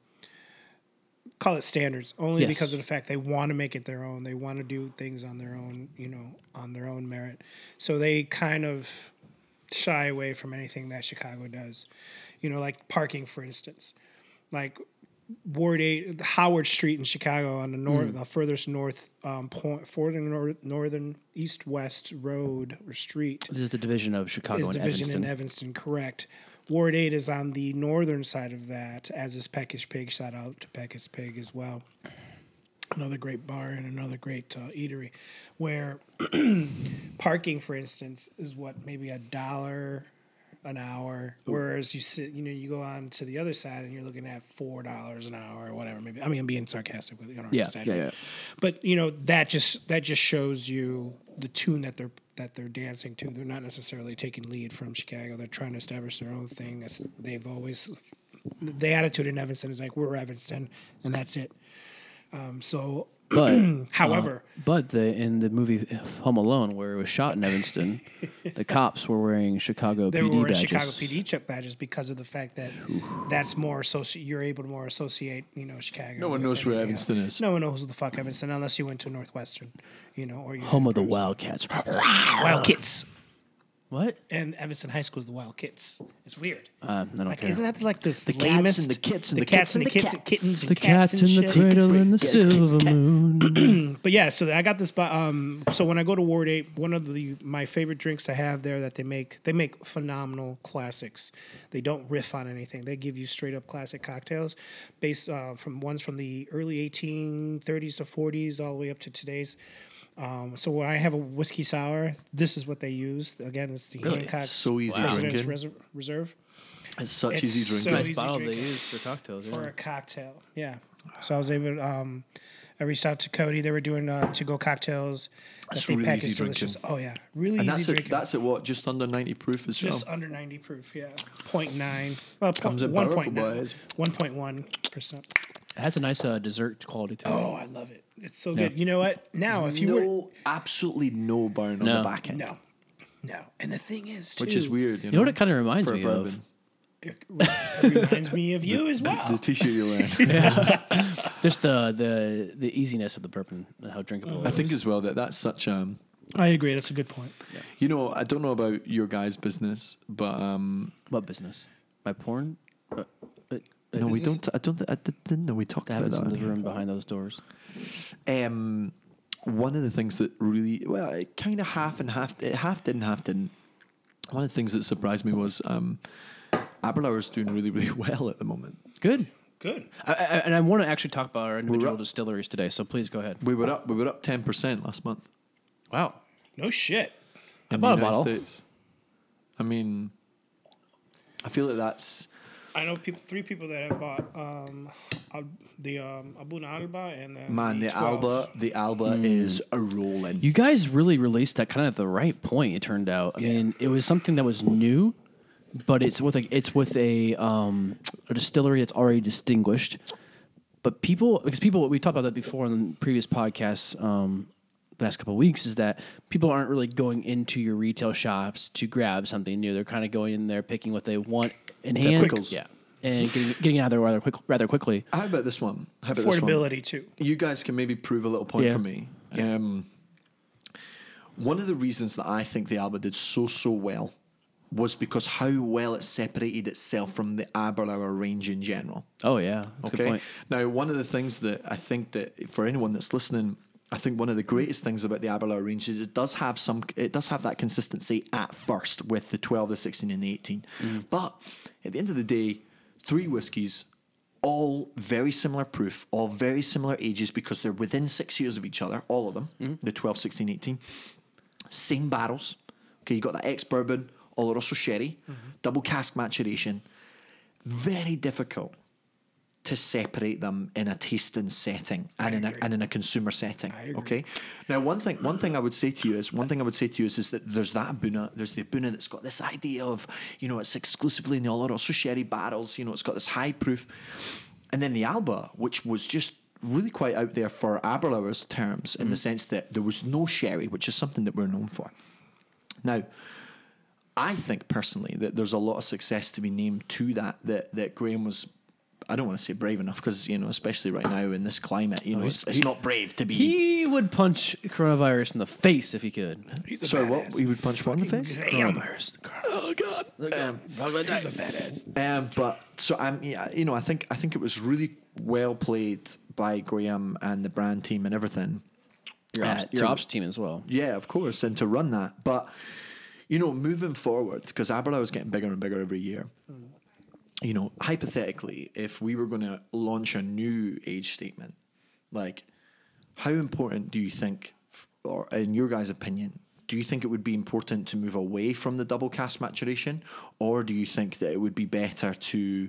call it standards only
Yes.
because of the fact they want to make it their own. They want to do things on their own. You know, on their own merit. So they kind of shy away from anything that Chicago does. You know, like parking, for instance. Like Ward Eight, Howard Street in Chicago, on the north,
Hmm.
the furthest north um, point, northern, nor- northern east west road or street
This is the division of Chicago
is
and
division
Evanston.
in Evanston. Correct. Ward Eight is on the northern side of that, as is Peckish Pig. Shout out to Peckish Pig as well. Another great bar and another great uh, eatery, where parking, for instance, is what maybe a dollar an hour. Whereas you sit, you know, you go on to the other side and you're looking at four dollars an hour or whatever. Maybe I mean I'm being sarcastic with you. Know,
Yeah, yeah,
exaggerating.
yeah.
But you know that just that just shows you the tune that they're that they're dancing to. They're not necessarily taking lead from Chicago. They're trying to establish their own thing. That's, they've always the attitude in Evanston is like we're Evanston and that's it. Um, so,
but
however,
But the in the movie Home Alone, where it was shot in Evanston, the cops were wearing Chicago
they
PD
were in
badges.
Chicago PD chip badges because of the fact that that's more associate. You're able to more associate, you know, Chicago.
No one
with
knows where
anything
Evanston
else.
is.
No one knows who the fuck Evanston unless you went to Northwestern, you know, or you
Home of the Wildcats.
Wild Kids.
what?
And Evanston High School is the Wild Kids. It's weird.
Uh, I don't
like,
care.
isn't that like this? The
cats and
lamest,
the kits and
the,
the
cats
kits
and the
and
kits,
the
and kittens and
the
cats,
cat in the
shit.
cradle and the silver moon.
But yeah, so I got this. bu- Um, so when I go to Ward Eight, one of the my favorite drinks I have there that they make they make phenomenal classics. They don't riff on anything. They give you straight up classic cocktails, based uh, from ones from the early 1830s to 40s all the way up to today's. Um, so when I have a whiskey sour, this is what they use. Again, it's the
Really?
Hancock's
So easy
President's
drinking.
Reser- Reserve
It's such
It's
easy
so
drinking.
Nice
easy
bottle
drink.
they use for cocktails.
for a
Yeah.
cocktail. Yeah. So I was able. To, um, I reached out to Cody. They were doing uh, to go cocktails. that
That's
they
really
pack is
easy drinking.
delicious. Oh yeah, really
and
easy
that's at,
drinking.
that's at what just under ninety proof as well.
just uh, under ninety proof. Yeah, 0.9. Well,
Comes in
one
powerful,
point nine.
boys.
One point one percent.
It has a nice uh, dessert quality to
Oh, I love it. It's so good. You know what? Now, if you
no,
were
absolutely no burn on
No.
the back end,
no, no, and the thing is, too,
which is weird. You
it. You
know,
know what it kind of reminds
for a
me of?
bourbon.
It reminds me of you as well.
The T-shirt you wear.
Just the the the easiness of the bourbon and how drinkable. it
I
is.
think as well that that's such um.
I agree. That's a good point.
You know, I don't know about your guys' business, but um,
What business? My porn? Uh, uh,
no, we
business
don't. I don't. I didn't know we talked
That
about
happens
that.
in the room behind those doors.
um, one of the things that really well, it kind of half and half, it half didn't, half didn't. One of the things that surprised me was um, Aberlour's doing really, really well at the moment.
Good.
Good.
I, I, and I want to actually talk about our individual
up.
distilleries today, so please go ahead.
We were up, we were up ten percent last month
Wow.
No shit.
in
bought a
the United
bottle.
States. I mean, I feel like that's
I know people, three people that have bought um, Al- the um, Abuna Alba and then
man. The
12.
Alba, the Alba is a rolling.
Hmm. You guys really released that kind of at the right point. It turned out. I mean, it was something that was new, but it's with a it's with a um, a distillery that's already distinguished. But people, because people, we talked about that before on previous podcasts. Um, the last couple of weeks is that people aren't really going into your retail shops to grab something new. They're kind of going in there picking what they want in hand.
quickles.
Yeah, and getting, getting out of there rather quick, rather quickly.
How about this one? How about this one?
affordability too.
you guys can maybe prove a little point
Yeah.
for me. Um, one of the reasons that I think the Alba did so so well was because how well it separated itself from the Aberlour range in general.
Oh yeah, that's a good point.
Now, one of the things that I think that for anyone that's listening, I think one of the greatest things about the Aberlour range is it does have some, it does have that consistency at first with the 12, the 16, and the 18.
Mm.
But at the end of the day, three whiskies, all very similar proof, all very similar ages because they're within six years of each other, all of them,
Mm-hmm.
the 12, 16, 18 same barrels. Okay, you got that ex bourbon, Oloroso sherry,
Mm-hmm.
double cask maturation. Very difficult to separate them in a tasting setting and in a, and in a consumer setting. Okay. Now, one thing one thing I would say to you is one thing I would say to you is, is that there's that Abuna, there's the Abuna that's got this idea of you know it's exclusively in the Oloroso sherry barrels. You know, it's got this high proof, and then the Alba, which was just really quite out there for Aberlour's terms in the sense that there was no sherry, which is something that we're known for. Now, I think personally that there's a lot of success to be named to that. That that Graham was. I don't want to say brave enough because you know, especially right now in this climate,
Oh,
you know, it's, it's not brave to be.
He would punch coronavirus in the face if he could.
He's a
Sorry, what?
badass.
He would punch one in the
Fucking
face.
Damn.
Coronavirus. Oh god.
He's a badass.
Um, but so I'm, yeah, you know, I think I think it was really well played by Graham and the brand team and everything.
Your ops,
Uh,
your
to-
ops team as well.
Yeah, of course, and to run that. But you know, moving forward, because Aberlour is getting bigger and bigger every year. You know, hypothetically, if we were going to launch a new age statement, like how important do you think, or in your guys' opinion, do you think it would be important to move away from the double cast maturation, or do you think that it would be better to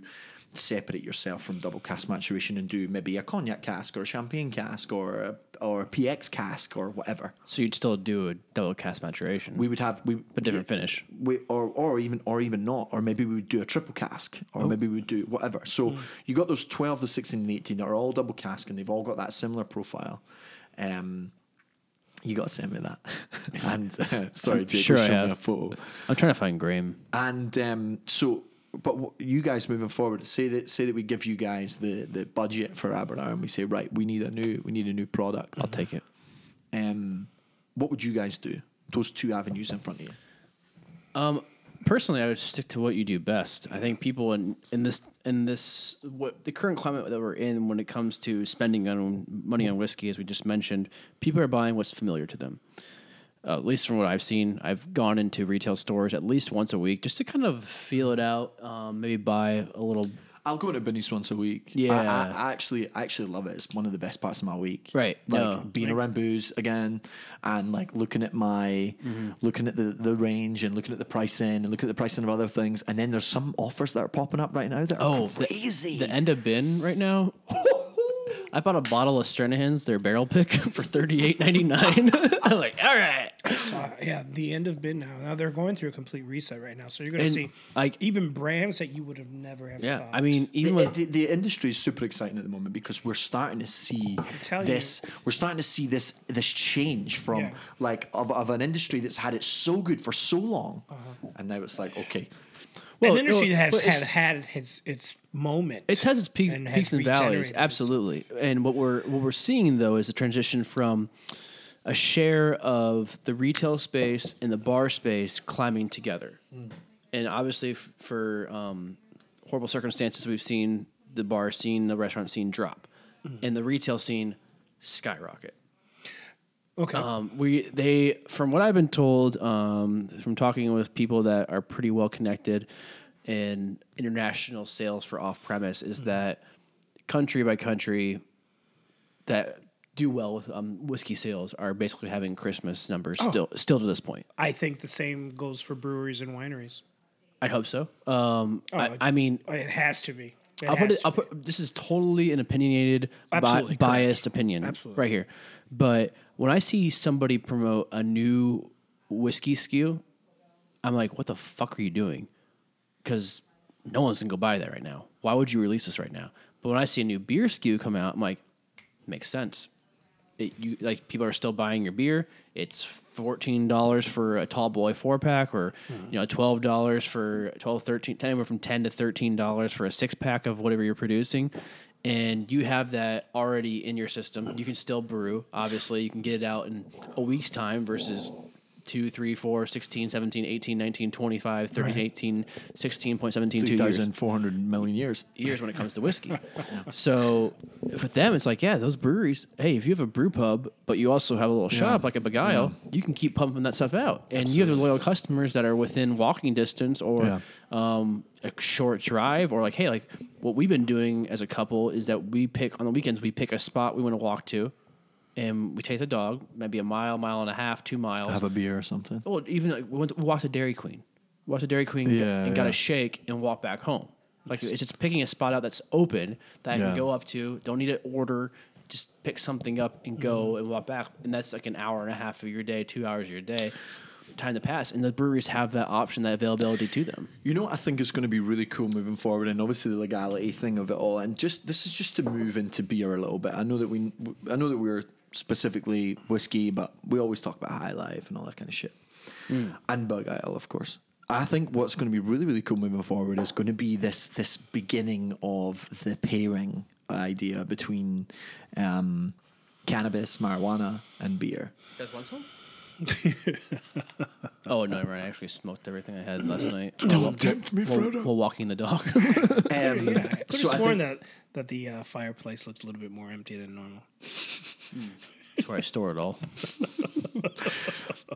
separate yourself from double cast maturation and do maybe a cognac cask or a champagne cask or a, or a PX cask or whatever?
So you'd still do a double cast maturation.
we would have we
but different finish.
we or or even or even not or maybe we would do a triple cask or
Oh.
maybe we would do whatever so
Hmm.
you got those 12 the 16 and 18 that are all double cask and they've all got that similar profile um you got to send me that and uh, sorry Jake
sure
sure
I
showed me
have.
a photo
I'm trying to find Graham.
and um so but w- you guys moving forward say that say that we give you guys the the budget for Aberdeen and we say right we need a new we need a new product
I'll take it.
um what would you guys do those two avenues in front of you
Personally, I would stick to what you do best. I think people in, in this in this what the current climate that we're in when it comes to spending on money on whiskey, as we just mentioned, people are buying what's familiar to them. Uh, at least from what I've seen, I've gone into retail stores at least once a week just to kind of feel it out. Um, maybe buy a little
I'll go to Binnie's once a week.
Yeah.
I, I, I actually I actually love it. It's one of the best parts of my week.
Right,
like
no.
being around booze again, and like looking at my
Mm-hmm.
looking at the the range and looking at the pricing and looking at the pricing of other things. And then there's some offers that are popping up right now that are
Oh, the-
crazy.
the end of bin right now. I bought a bottle of Stranahan's, their barrel pick, for thirty eight ninety nine. I'm like, all right.
So, yeah, the end of bid now. Now they're going through a complete reset right now. So you're going to
And,
see
like-
even brands that you would have never have
Yeah,
thought.
I mean, even
the,
with
the, the industry is super exciting at the moment because we're starting to see
telling
this. We're starting to see this this change from
Yeah.
like of, of an industry that's had it so good for so long,
Uh-huh.
and now it's like okay,
Well,
an industry
no,
that has
but it's-
had, had its its moment.
It's had its peaks
and
and,
has
peaks and valleys,
regenerated.
absolutely. And what we're what we're seeing though is a transition from a share of the retail space and the bar space climbing together.
Hmm.
And obviously, f- for um, horrible circumstances, we've seen the bar scene, the restaurant scene drop,
Hmm.
and the retail scene skyrocket.
okay.
Um, we they from what I've been told um, from talking with people that are pretty well connected in international sales for off premise is that country by country that do well with um, whiskey sales are basically having Christmas numbers still still to this point.
I think the same goes for breweries and wineries.
I hope so. Um, I,
it-
I mean,
It has to be. It
I'll put
has
it.
to
I'll put. This is totally an opinionated, bi-
Absolutely, correct.
biased opinion, right here. But when I see somebody promote a new whiskey skew, I'm like, "What the fuck are you doing?" Because no one's gonna go buy that right now. Why would you release this right now? But when I see a new beer skew come out, I'm like, "Makes sense." it, you like people are still buying your beer. It's fourteen dollars for a tall boy four pack, or you know twelve dollars for 12, 13, anywhere from ten to thirteen dollars for a six pack of whatever you're producing. And you have that already in your system. You can still brew. Obviously, you can get it out in a week's time versus 2, 3, 4, 16, 17, 18, 19, 25, 13, 18, 16.17, two years
3,400 million years.
years when it comes to whiskey. so with them, it's like, yeah, those breweries. Hey, if you have a brew pub, but you also have a little shop like a Beguile, you can keep pumping that stuff out, and you have the loyal customers that are within walking distance or
Yeah.
um, a short drive, or like, hey, like what we've been doing as a couple is that we pick on the weekends we pick a spot we want to walk to. And we take the dog, maybe a mile, mile and a half, two miles.
Have a beer or something.
Well, Oh, even like we, went to, we walked to Dairy Queen, we walked to Dairy Queen g-
Yeah,
and got
yeah.
a shake and walked back home. Like it's just picking a spot out that's open that I
Yeah.
can go up to. Don't need to order. Just pick something up and go
Mm-hmm.
and walk back, and that's like an hour and a half of your day, two hours of your day, time to pass. And the breweries have that option, that availability to them.
You know what I think is going to be really cool moving forward, and obviously the legality thing of it all, and just this is just to move into beer a little bit. I know that we, I know that we're specifically whiskey, but we always talk about high life and all that kind of shit,
Hmm.
and Bug Isle, of course. I think what's going to be really really cool moving forward is going to be this this beginning of the pairing idea between um, cannabis, marijuana, and beer.
You guys want some? oh no, right! I actually smoked everything I had last night.
Don't tempt me,
While, while walking the dog.
Um,
Yeah, I could have
so I
sworn
think-
that that the uh, fireplace looked a little bit more empty than normal.
That's where I store it all.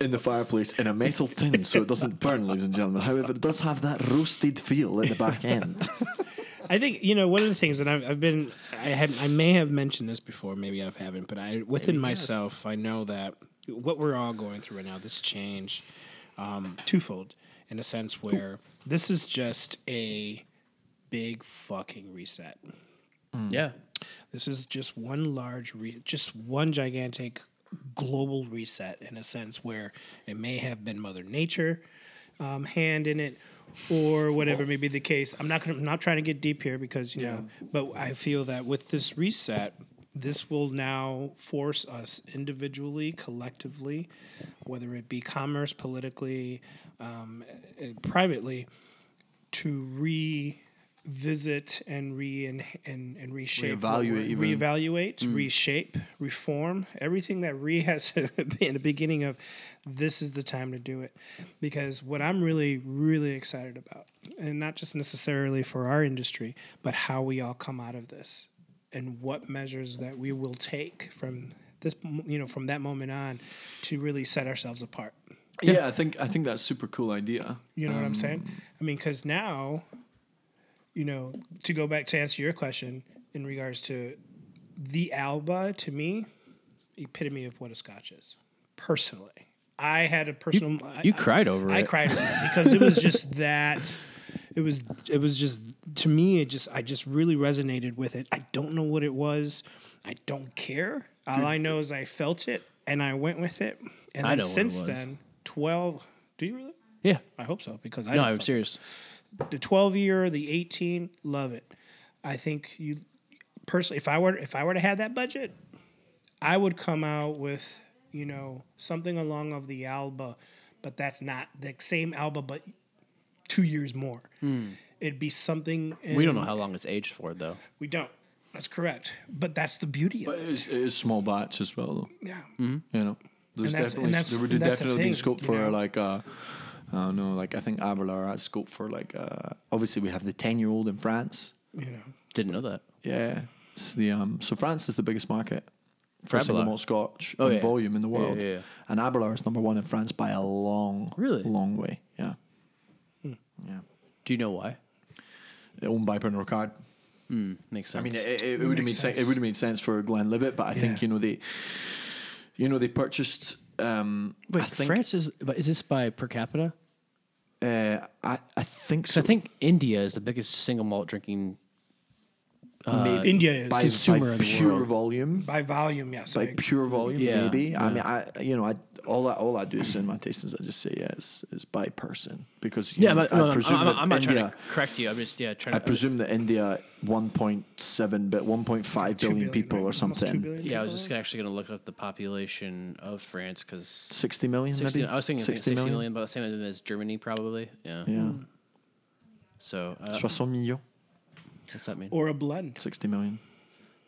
in the fireplace in a metal tin so it doesn't burn, ladies and gentlemen. However, it does have that roasted feel at the back end.
I think you know one of the things that I've, I've been I had I may have mentioned this before, maybe I haven't, but I within myself I know that what we're all going through right now, this change, um, twofold in a sense where this is just a big fucking reset.
Hmm.
Yeah,
This is just one large, re- just one gigantic global reset in a sense where it may have been Mother Nature um, hand in it or whatever may be the case. I'm not gonna, I'm not trying to get deep here because you know, but I feel that with this reset, this will now force us individually, collectively, whether it be commerce, politically, um, eh, privately, to revisit and re and and reshape, what
Reevaluate
we're-
even. Mm.
reevaluate, reshape, reform everything that re has in the beginning of. This is the time to do it, because what I'm really really excited about, and not just necessarily for our industry, but how we all come out of this, and what measures that we will take from this you know from that moment on to really set ourselves apart
yeah, I think I think that's super cool idea.
you know what I'm saying?
Mm.
I mean, because now, you know, to go back to answer your question in regards to the Alba, to me, epitome of what a Scotch is. Personally, I had a personal. I-
you
I-
cried over
I
it.
cried over it because it was just that. It was. It was just to me. It just. I just really resonated with it. I don't know what it was. I don't care. All I know is I felt it and I went with it. And
I
then
know what it
since
was.
then, twelve. Do you really?
Yeah,
I hope so because I
no,
don't
I'm
fuck-
serious.
the 12 year, the 18, love it. I think you personally if I were if I were to have that budget, I would come out with, you know, something along of the Alba, but that's not the same Alba but 2 years more. It'd be something in,
Hmm. We don't know how long it's aged for though.
we don't. That's correct. But that's the beauty of
But
it.
it is, it is small batch as well, though.
Yeah.
Mm-hmm.
You know, there's
And that's-
definitely
and that's-
there would
and that's the
definitely be
thing,
scope
you
for
know?
like. Uh, I don't know, like I think Aberlour has scope for like. Uh, obviously, we have the ten-year-old in France.
You know.
Didn't know that.
Yeah, it's the um. So France is the biggest market
For
for single
Aberlour.
malt Scotch
Oh,
and
yeah.
volume in the
Yeah,
world,
yeah, yeah.
and Aberlour is number one in France by a long,
Really?
long way. Yeah, yeah.
Do you know why?
Owned by Pernod Ricard.
Makes sense.
I mean, it, it, it would have made
makes
sense. It
sense.
would have made sense for Glenlivet, but I think
Yeah.
you know they, you know they purchased. Um,
Wait,
I think
France is but is this by per capita?
Uh, I I think so.
Because I think India is the biggest single malt drinking.
India is
by,
by,
consumer
by
in the
pure
world.
volume,
volume, yes. I
by
agree.
pure volume,
Yeah,
maybe. I mean, I you know I all I all I do is in my tastings. I just say yeah, it's, it's by person because you
Yeah,
know,
but no,
I
no,
presume
I'm, I'm,
that
I'm not
India,
trying to correct you. I'm just yeah trying
I
to. I'm just-
presume that India 1.7 but 1.5
Two
billion people
right?
or
Almost two
something.
billion
yeah, I was
people?
just gonna- actually going to look up the population of France because
60 million maybe.
I was thinking 60 million,
60
million, about the same as Germany probably. Yeah.
million.
So
Yeah.
uh,
60 million.
what's that mean?
Or a blend.
60 million.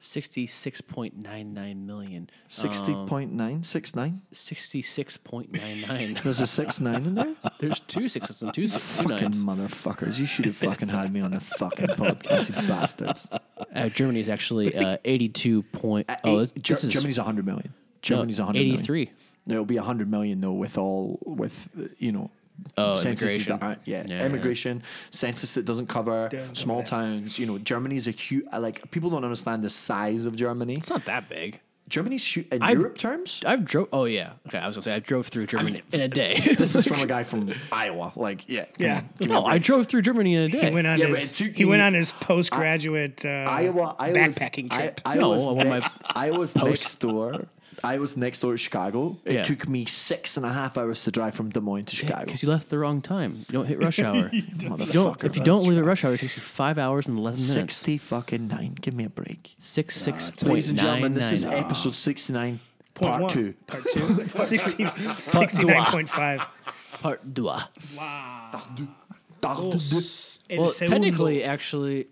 66.99 million. Uh, Um,
60.969.
66.99.
There's a 6 9 in there?
There's two sixes and two sixes.
fucking motherfuckers. You should have fucking had me on the fucking podcast, you bastards.
Uh, Germany's actually uh, 82 point.
At
oh,
Uh, eight-
this,
Ger-
this is
Germany's 100 million. Germany's
no,
100 million.
83.
No, It'll be 100 million though with all with uh, you know
Oh,
censuses
immigration.
that aren't yeah,
Yeah, yeah.
immigration census that doesn't cover
Yeah, don't
small
do that.
towns you know Germany's a huge like people don't understand the size of Germany
It's not that big.
Germany's huge in
I've-
Europe terms
I've drove. Oh yeah. Okay, I was gonna say I drove through Germany in a day.
this is from a guy from Iowa like yeah come
Yeah.
on, give me a
no, I
break.
drove through Germany in a day.
He went on
Yeah, but
his
it took
he went
me-
on his postgraduate uh,
Iowa Iowa's,
backpacking
I-
trip.
Iowa's,
No, well, my-
next, Iowa's next door Iowa's next door to Chicago it
Yeah.
took me six and a half hours to drive from Des Moines to Chicago
Because you left the wrong time. You don't hit rush hour. If you don't, if
Motherfucker,
you
that's
don't leave at rush hour, it takes you five hours and eleven minutes.
60 fucking nine give me a break
Six six point
Ladies and gentlemen, this is
99.
episode 69,
Point
part
one.
two.
Part two. 16, 69.5.
part deux. Well,
Wow.
Part
Oh,
deux.
technically, actually,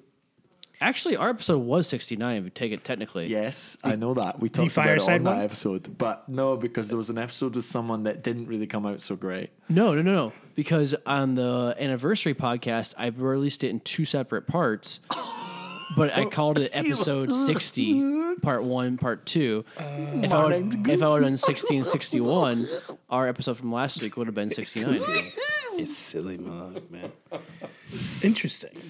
actually, our episode was sixty nine. If you take it technically,
Yes, I know that. We talked about it
fireside
on that
one?
episode. But no, because there was an episode with someone that didn't really come out so great.
No, no, no, no. Because on the anniversary podcast, I released it in two separate parts. But I called it episode 60, part one, part two. if, I would, if I would have done 60 and 61, our episode from last week would have been 69.
You silly mug, man.
interesting. So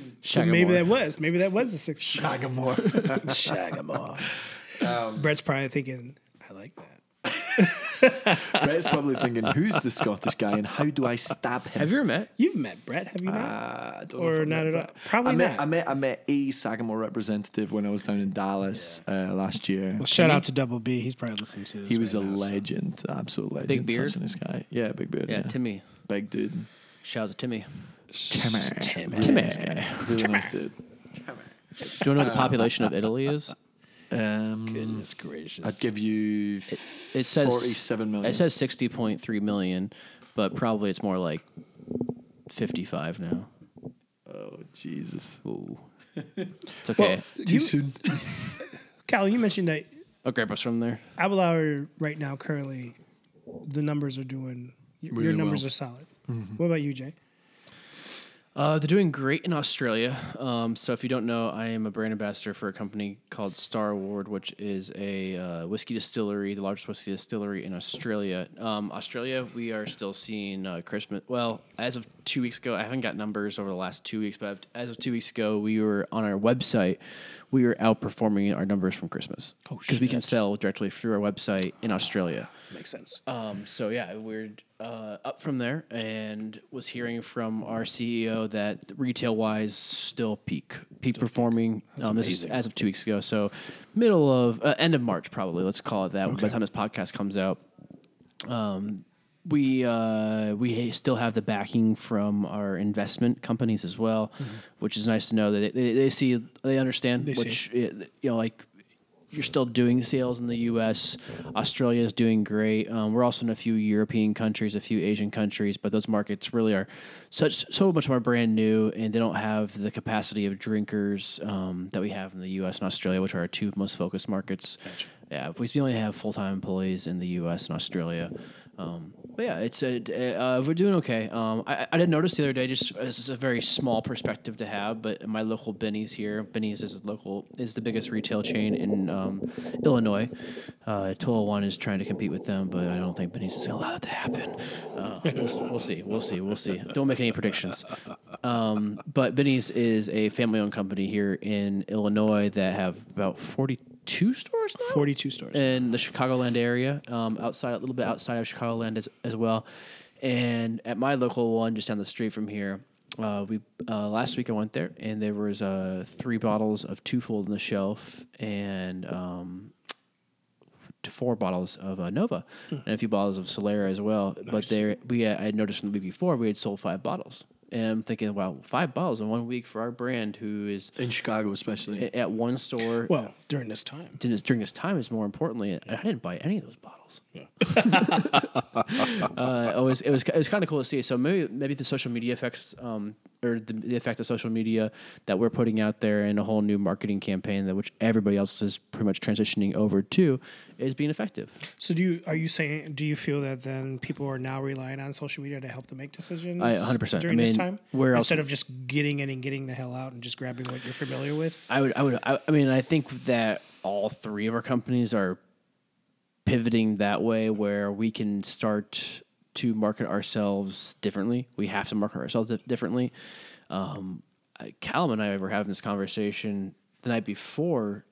Shaggy
maybe
more.
that was. Maybe that was the six.
Agamore.
Shagamore.
Brett's probably thinking,
I like that.
Brett's probably thinking, who's the Scottish guy and how do I stab him?
Have you ever met?
you've met Brett, have you not?
Uh, I don't know
Or
if I met
not at all?
Brett.
Probably
I met,
not.
I met I met a Sagamore representative when I was down in Dallas uh, last year.
well, shout out to Double B. He's probably listening to this.
he was a
right now.
legend, absolute legend.
beard?
Such a nice guy. Yeah, big beard.
Yeah,
Yeah,
Timmy.
Big dude.
Shout out to Timmy.
Timmy.
Timmy.
Yeah, really nice dude.
Do you know what the population of Italy is?
Um,
Goodness gracious.
I'd give you
It says
47 million.
It says 60.3 million, but probably it's more like 55 now.
oh Jesus.
Ooh. It's okay.
Too soon. Cal, you mentioned that
I'll grab us from there.
Apple Hour right now, currently, the numbers are doing, your
Really
numbers
well. Mm-hmm.
are solid. What about you, Jay?
Uh, they're doing great in Australia. Um, so if you don't know, I am a brand ambassador for a company called Star Ward, which is a uh, whiskey distillery, the largest whiskey distillery in Australia. Um, Australia, we are still seeing uh, Christmas. Well, as of two weeks ago, I haven't got numbers over the last two weeks, but as of two weeks ago, we were on our website, we were outperforming our numbers from Christmas because we can sell directly through our website in Australia.
Makes sense.
Um, so yeah, we're uh, up from there, and was hearing from our CEO that retail wise still peak, peak performing. Um, this is as of two weeks ago, so middle of uh, end of March probably. Let's call it that. By the time this podcast comes out, we uh, we ha- still have the backing from our investment companies as well, which is nice to know that they, they, they see they understand
see
which it- you know like you're still doing sales in the U.S. Australia is doing great. Um, we're also in a few European countries, a few Asian countries, but those markets really are such so much more brand new, and they don't have the capacity of drinkers um, that we have in the U.S. and Australia, which are our two most focused markets. Yeah, we only have full time employees in the U.S. and Australia. Um, but yeah, it's a, uh, we're doing okay. Um, I, I did notice the other day, just uh, this is a very small perspective to have, but my local Benny's here. Benny's is local is the biggest retail chain in um, Illinois. Uh, Total One is trying to compete with them, but I don't think Benny's is going to allow that to happen. Uh, we'll, we'll see. We'll see. We'll see. Don't make any predictions. Um, but Benny's is a family-owned company here in Illinois that have about forty-two stores now.
42 stores.
In the Chicagoland area, um, outside a little bit outside of Chicagoland as, as well, and at my local one just down the street from here, uh, we uh, last week I went there and there was uh, three bottles of Twofold on the shelf and um, to four bottles of uh, Nova and a few bottles of Solera as well. But there, we had, I had noticed from the week before we had sold five bottles, and I'm thinking, wow, five bottles in one week for our brand, who is
in Chicago especially.
a- at one store
Well, during this time.
during this- during this time is more importantly, and I didn't buy any of those bottles. uh, it was it was it was kind of cool to see. So maybe maybe the social media effects um, or the, the effect of social media that we're putting out there and a whole new marketing campaign that which everybody else is pretty much transitioning over to is being effective.
So do you are you saying do you feel that then people are now relying on social media to help them make decisions?
I- 100%. I
during this
mean,
time.
where else-
instead of just getting in and getting the hell out and just grabbing what you're familiar with.
I would, I would, I, I mean, I think that all three of our companies are pivoting that way, where we can start to market ourselves differently. We have to market ourselves di- differently. Um, I- Callum and I were having this conversation the night before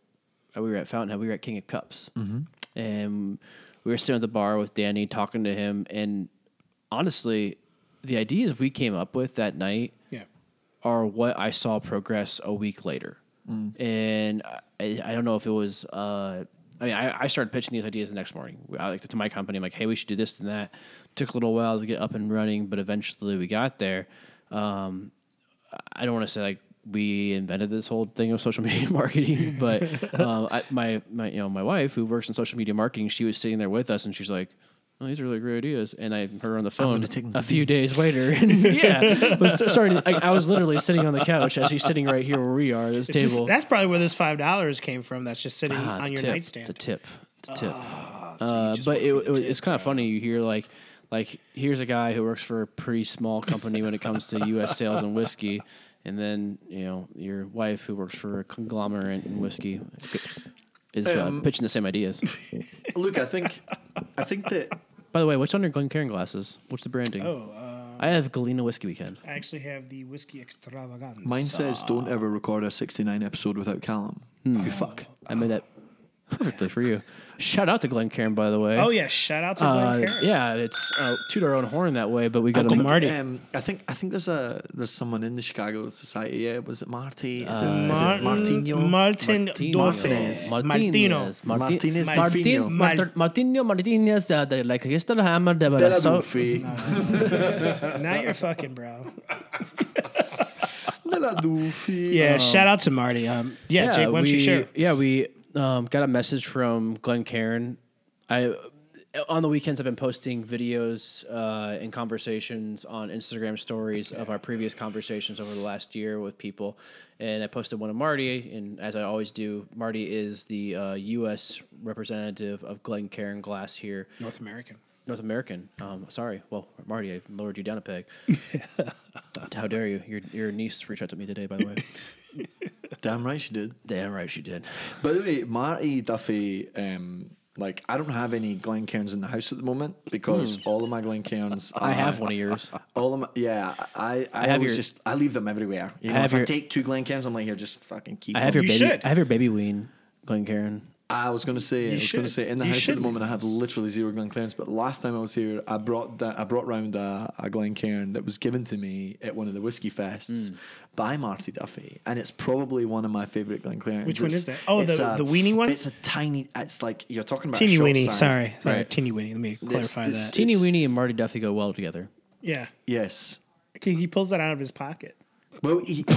uh, we were at Fountainhead. We were at King of Cups, and we were sitting at the bar with Danny, talking to him, and honestly, the ideas we came up with that night
Yeah.
are what I saw progress a week later. And I, I don't know if it was, uh, I mean, I, I started pitching these ideas the next morning. I like to my company, I'm like, hey, we should do this and that. Took a little while to get up and running, but eventually we got there. Um, I don't want to say like we invented this whole thing of social media marketing, but um, I, my my you know my wife who works in social media marketing, she was sitting there with us, and she's like. "Oh, these are really great ideas, and I heard her on the phone
take them
a
to
few days later. And yeah, was starting. I, I was literally sitting on the couch as he's sitting right here where we are at this
It's just-
table.
that's probably where this five dollars came from. That's just sitting
Ah, it's
on
a
your
tip.
nightstand. Ah.
It's a tip. It's a tip. Uh, but it, it, it's kind of funny. You hear like, like here's a guy who works for a pretty small company when it comes to U.S. sales and whiskey, and then you know your wife who works for a conglomerate in whiskey is uh,
Um,
pitching the same ideas.
Look, I think I think that
By the way, what's on your Glencairn glasses? What's the branding?
oh, uh,
I have Galena Whiskey Weekend.
I actually have the whiskey extravaganza.
mine says don't ever record a 69 episode without Callum.
Oh,
You fuck.
I made that perfectly for you. Shout out to Glencairn, by the way.
Oh yeah! Shout out to
Uh,
Glenn Caron.
yeah, it's uh, toot our own horn that way, but we got
Look,
a
Marty.
Um, I think I think there's a there's someone in the Chicago Society. Yeah, was it Marty?
Uh,
Is it, is it
Martin,
Martino?
Martin
Martinez.
Martinez. Martino.
Martinez. Marti-
Martinez
Martin,
Martino.
Martin, Martino Martinez. Uh, the, like, he's still hammer. The,
De la
so,
Bouffy.
Now you're fucking bro.
De la Bouffy.
Yeah. shout out to Marty. Um, yeah, Jake, why don't
we,
you share?
Yeah, we um, got a message from Glenn Karen. I on the weekends I've been posting videos uh, and conversations on Instagram stories of our previous conversations over the last year with people, and I posted one of Marty. And as I always do, Marty is the uh, U.S. representative of Glen Karen Glass here,
North American.
North American. Um, sorry, well, Marty, I lowered you down a peg. How dare you? Your your niece reached out to me today, by the way.
Oh, Damn right she did.
Damn right she did.
By the way, Marty Duffy, um, like I don't have any Glencairns in the house at the moment because all of my Glencairns.
Hmm. I
are-
have one of yours.
All of my, yeah, I I,
have
always
your-
just I leave them everywhere. You know,
have
if I
your-
take two Glencairns, I'm like here, just fucking keep.
I
them.
have your
You
baby.
should.
I have your baby ween, Glencairn.
I was gonna say, I was gonna
should.
say, in the
You
house at
should.
the moment, I have literally zero Glencairns. But last time I was here, I brought da- I brought round a, a Glencairn that was given to me at one of the whiskey
Mm.
fests by Marty Duffy, and it's probably one of my favorite Glencairns.
Which one
It's-
is that? Oh,
it's
the-
a-
the weenie one?
It's a tiny. It's like you're talking about
Teeny
shot
weeny.
size.
Sorry. Sorry,
Right.
Teeny weeny. Let me clarify
this-
that.
Teeny
It's-
Weenie and Marty Duffy go well together.
yeah.
Yes.
He he pulls that out of his pocket.
Well, he,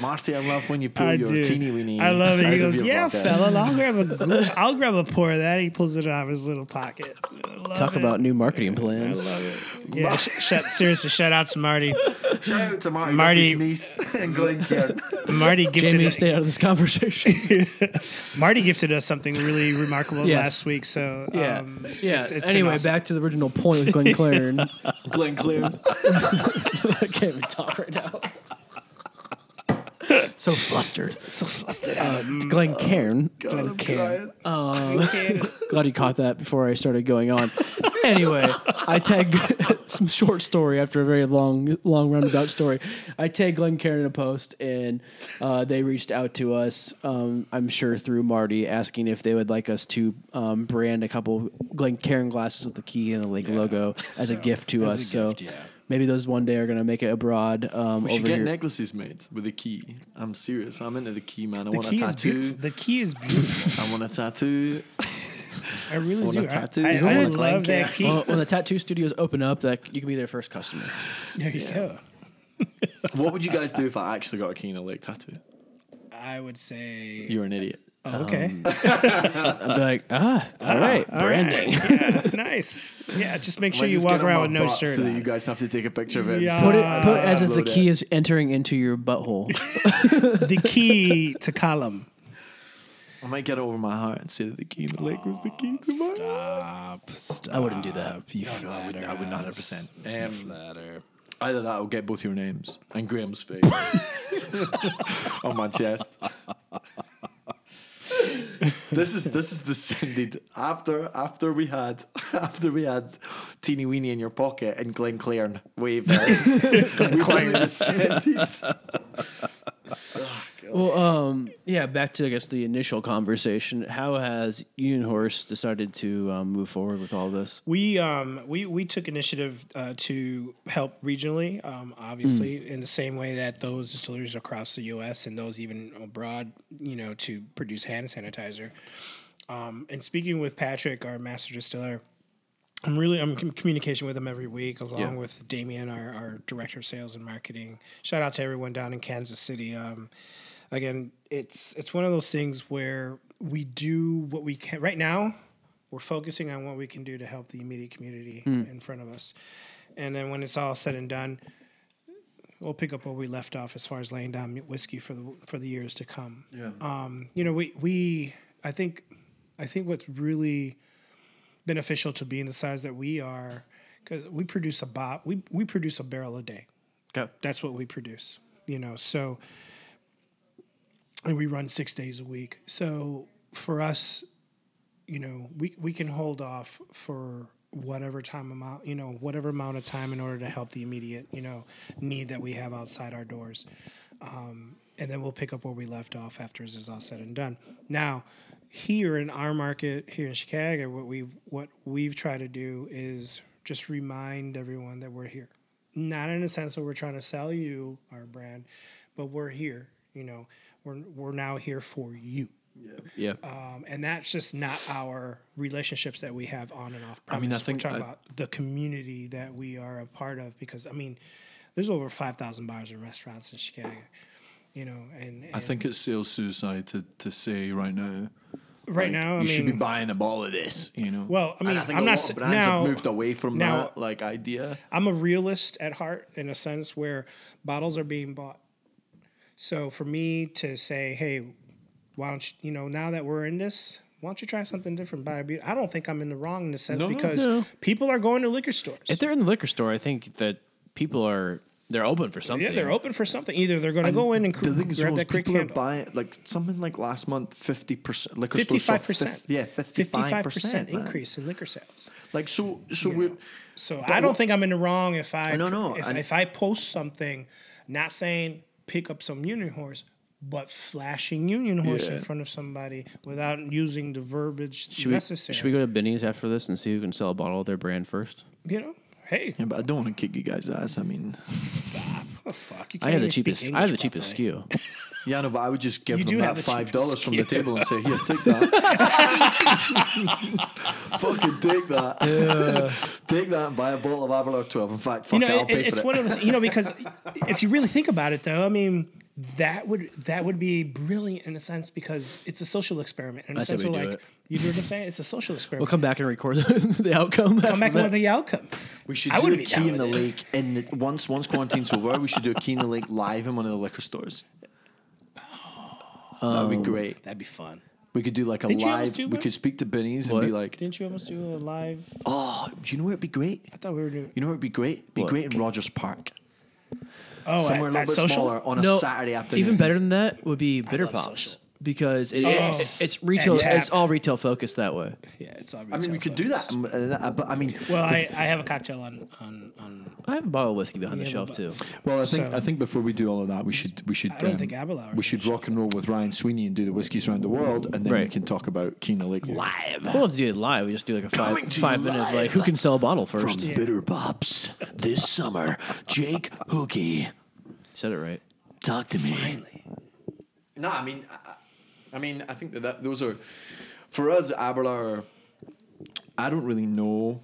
Marty, I love when you pull your teeny weeny.
I love it.
out
He
of
goes,
your
"Yeah,
pocket."
fella, I'll grab a, gl- I'll grab a pour of that." He pulls it out of his little pocket. I love
Talk
it.
about new marketing plans.
yeah. sh- shut, seriously, shout out to Marty.
Shout out to Marty,
Marty-
Marty's niece and Glencairn.
Marty gifted
Jamie,
us,
stay out of this conversation.
Marty gifted us something really remarkable
Yes.
last week. So
yeah,
um,
yeah.
it's- it's been
anyway,
awesome.
back to the original point of Glencairn.
Glencairn.
I can't even talk right now. so flustered. So flustered. Uh, Glencairn.
Glencairn.
Glad you caught that before I started going on. anyway, I tag some short story after a very long, long roundabout story. I tagged Glenn Karen in a post, and uh, they reached out to us. Um, I'm sure through Marty, asking if they would like us to um, brand a couple Glenn Karen glasses with the key and the lake logo as a gift to us. so.
gift, yeah.
Maybe those one day are gonna make it abroad. Um,
We
over
should get
here.
necklaces made with a key. I'm serious. I'm into the key, man. I
The
want a
key is beautiful.
tattoo.
The key is beautiful.
I want a tattoo.
I really
Want a
do. I-
tattoo?
I,
You don't
I
want a
love
blanket?
that key.
well, when the tattoo studios open up, that you can be their first customer.
there you go.
what would you guys do if I actually got a key and a leg tattoo?
I would say
You're an idiot.
okay.
Um,
I'd be like, ah, all right, branding.
Yeah, nice. Yeah, just make sure
Mine's
you
just
walk
getting
around
my
with no
butt
shirt.
So that
on.
you guys have to take a picture of it.
Yeah.
So-
Put it put as if the
Upload
key
it.
is entering into your butthole.
the key to column.
I might get it over my heart and say that the key and the leg was the key to my
Stop. Stop.
I wouldn't do that.
You flatter.
I would not 100%.
You
Um,
flatter.
either that or get both your names and Graham's face on my chest. this is this is descended after after we had after we had teeny weeny in your pocket and Glenn Clairn wave. we finally descended.
Well, um, yeah, back to I guess the initial conversation. How has Union Horse decided to um, move forward with all this?
We um we we took initiative uh, to help regionally, um, obviously
Mm.
in the same way that those distilleries across the U.S. and those even abroad, you know, to produce hand sanitizer. Um, and speaking with Patrick, our master distiller, I'm really I'm in communication with him every week, along
Yeah.
with Damien, our, our director of sales and marketing. Shout out to everyone down in Kansas City. Um, again, it's it's one of those things where we do what we can. Right now, we're focusing on what we can do to help the immediate community in front of us, and then when it's all said and done, we'll pick up where we left off as far as laying down whiskey for the for the years to come. Yeah. Um, you know, we we I think I think what's really beneficial to being the size that we are because we produce a bot we we produce a barrel a day.
Okay.
That's what we produce. You know, so and we run six days a week. So for us, you know, we we can hold off for whatever time amount, you know, whatever amount of time in order to help the immediate, you know, need that we have outside our doors. Um, and then we'll pick up where we left off after this is all said and done. Now, here in our market here in Chicago, what we what we've tried to do is just remind everyone that we're here. Not in a sense that we're trying to sell you our brand, but we're here. You know, we're we're now here for you
Yeah.
um, and that's just not our relationships that we have on and off premise.
I mean, I think
we're talking
I-
about the community that we are a part of because I mean, there's over five thousand bars and restaurants in Chicago, you know, and,
I
and
think it's sales suicide to, to say right now.
right
like,
now
you
I
should
mean,
be buying a ball of this. You know.
Well, I
And
mean,
I think
I'm
a
not
lot
s-
of brands
now-
have moved away from
now-
that like idea.
I'm a realist at heart in a sense where bottles are being bought. So for me to say, hey, why don't you, you know, now that we're in this, why don't you try something different? Buy a beer. I don't think I'm in the wrong in the sense
No, no,
because
no.
people are going to liquor stores.
If they're in the liquor store, I think that people are they're open for something.
Yeah, they're open for something. Either they're going to go in and cr-
The thing is,
grab
most
that quick
people are
handle.
buying like something like last month, fifty percent, like fifty
55%.
yeah, fifty-five percent
increase in liquor sales.
Like so, so we.
So I don't
what-
think I'm in the wrong if I
No, no,
if,
and-
if I post something, not saying pick up some union horse, but flashing union horse
Yeah.
in front of somebody without using the verbiage
Should we,
necessary.
should we go to Benny's after this and see who can sell a bottle of their brand first?
You know, hey,
Yeah, but I don't want to kick you guys' ass. I mean,
stop! Oh, fuck, you
I have
can't
the
even speak
cheapest. I
English
have the cheapest
properly.
skew.
yeah, no, but I would just give
You
them
do
that
have the
five dollars from the
cheapest
table and say, "Here, take that." fucking take that. take that and buy a bottle of Aberlour Twelve. In fact, fuck
You
it,
know,
I'll
it-
pay
it's
for
one
it.
of those. You know, because if you really think about it, though, I mean. That would that would be brilliant in a sense because it's a social experiment. In a
I say
sense,
we
we're
do
like,
it.
you know what I'm saying? It's a social experiment.
We'll come back and record the outcome.
come back with the outcome.
We should
I
do a
wouldn't be down
key in
with
the
it.
lake. In the, once once quarantine's over, we should do a key in the lake live in one of the liquor stores. That'd
Oh.
be great.
That'd be fun.
We could do like a
Didn't you almost
live.
do
We
that?
could speak to Benny's and be
What?
like,
Didn't you almost do a live?
"Oh, do you know where it'd be great?
I thought we were doing.
You know where it'd be great? It'd be
What?
great in Rogers Park,
Oh,
somewhere a little bit smaller on a Saturday afternoon. Oh,
Even better than that would be bitter
love
pops.
social.
because it, it-
Yes.
it's retail.
And
It's
taps.
all retail focused that way.
Yeah, it's
I
obvious.
mean, we could do that. um, uh, uh, But I mean,
Well, I, I have a cocktail on on, on
I have a bottle of whiskey behind the
Yeah,
shelf
but-
too.
Well, I think
So-
I think before we do all of that, we should we should um,
I don't think Abelauer
we should
did.
rock and roll with Ryan Sweeney and do the whiskeys around the world, and then we
Right.
can talk about Keena Lake live.
We'll have to do it live. We just do like a five
Coming to
five
you
minute
live
like who can sell a bottle first.
Bitter Pops this summer, Jake Hookie,
Said it right.
talk to me. No, I mean, I, I mean, I think that, that those are for us Aberlour. I don't really know.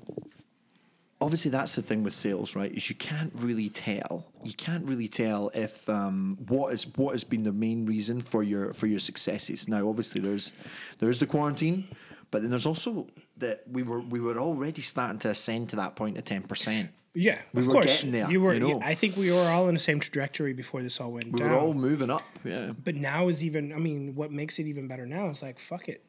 Obviously, that's the thing with sales, right? Is you can't really tell. You can't really tell if um, what is what has been the main reason for your for your successes. Now, obviously, there's there's the quarantine, but then there's also that we were we were already starting to ascend to that point of ten percent.
Yeah,
We
of
were
course.
getting there,
you were.
you know.
I think we were all in the same trajectory before this all went
We
down.
were all moving up. Yeah.
but now is even. I mean, what makes it even better now is like fuck it.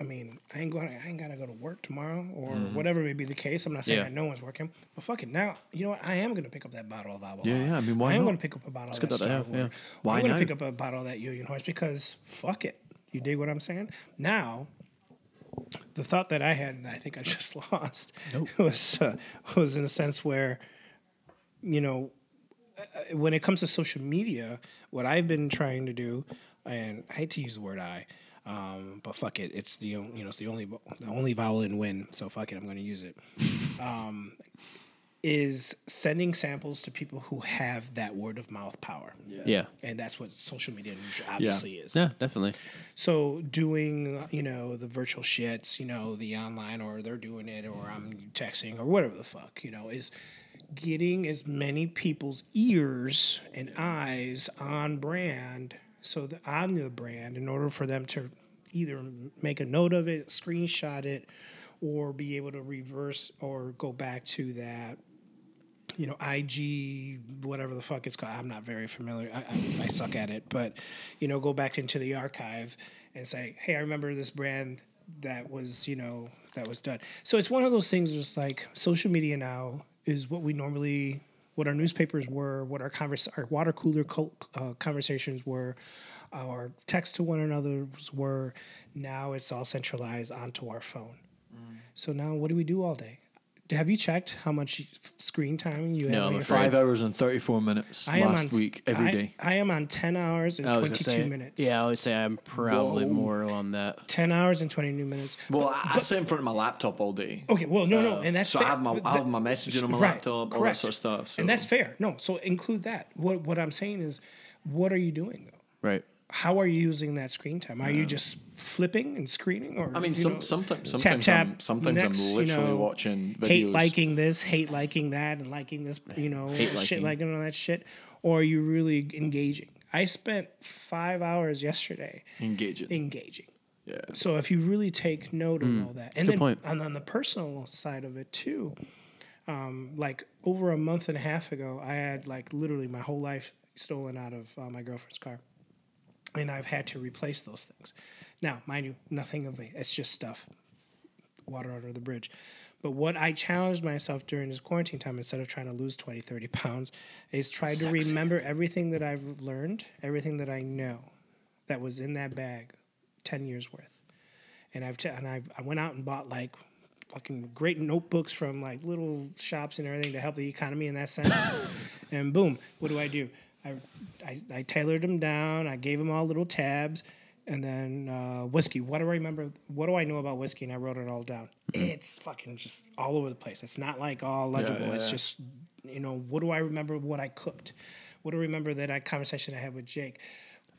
I mean, I ain't going. to I ain't gotta go to work tomorrow or
Mm-hmm.
whatever may be the case. I'm not saying
Yeah.
that no one's working, but fuck it. Now you know what? I am gonna pick up that bottle of alcohol.
Yeah, yeah, I mean, why
I am
not?
gonna pick up a bottle of
good
that
that I
Star
have,
Wars.
yeah.
Or
Why
I'm gonna
not?
pick up a bottle of that Union Horse because fuck it. You dig what I'm saying? Now the thought that I had that I think I just lost was uh, was in a sense where, you know, uh, when it comes to social media, what I've been trying to do, and I hate to use the word "I," um, but fuck it, it's the on- you know it's the only the only vowel in "win," so fuck it, I'm going to use it. Um, is sending samples to people who have that word of mouth power.
Yeah.
And that's what social media news obviously is.
Yeah, definitely.
So doing, you know, the virtual shits, you know, the online or they're doing it or I'm texting or whatever the fuck, you know, is getting as many people's ears and eyes on brand so that on the brand in order for them to either make a note of it, screenshot it, or be able to reverse or go back to that you know, IG, whatever the fuck it's called. I'm not very familiar. I, I, I suck at it. But, you know, go back into the archive and say, hey, I remember this brand that was, you know, that was done. So it's one of those things just like social media now is what we normally, what our newspapers were, what our, convers- our water cooler co- uh, conversations were, our text to one another were. Now it's all centralized onto our phone. So now what do we do all day? Have you checked how much screen time you have?
No,
on
I'm
your
afraid
phone?
Five hours and thirty-four minutes
I am
last
on,
week, every
I,
day.
I am on 10 hours and
I was gonna
22
say,
minutes.
Yeah, I would say I'm probably more on that.
10 hours and 22 minutes.
Well, I, I sit in front of my laptop all day.
Okay, well, no, no, and that's
Uh, so I
fair.
have my- I
But
have my messaging on my laptop, all that sort of stuff, so-
And that's fair. No, so include that. What what I'm saying is, what are you doing though?
Right.
How are you using that screen time? Are you just flipping and screening, or
Um, I mean,
you
some,
know,
sometimes,
tap,
sometimes,
tap,
I'm, sometimes
next,
I'm
you
literally
know,
watching videos.
hate liking this, hate liking that, and liking this, you know, shit
liking.
liking all that shit? Or are you really engaging? I spent five hours yesterday
engaging.
engaging.
yeah.
So if you really take note of all that, and
Mm. good
then
point.
And on the personal side of it too, um, like over a month and a half ago, I had like literally my whole life stolen out of uh, my girlfriend's car, and I've had to replace those things. Now, mind you, nothing of it. It's just stuff, water under the bridge. But what I challenged myself during this quarantine time, instead of trying to lose 20, 30 pounds, is try to remember everything that I've learned, everything that I know that was in that bag, 10 years worth. And I've t- and I I went out and bought like fucking great notebooks from like little shops and everything to help the economy in that sense. and boom, what do I do? I, I I tailored them down. I gave them all little tabs. And then uh, whiskey. What do I remember? What do I know about whiskey? And I wrote it all down. It's fucking just all over the place. It's not like all legible. It's just you know what do I remember? What I cooked? What do I remember that I conversation I had with Jake?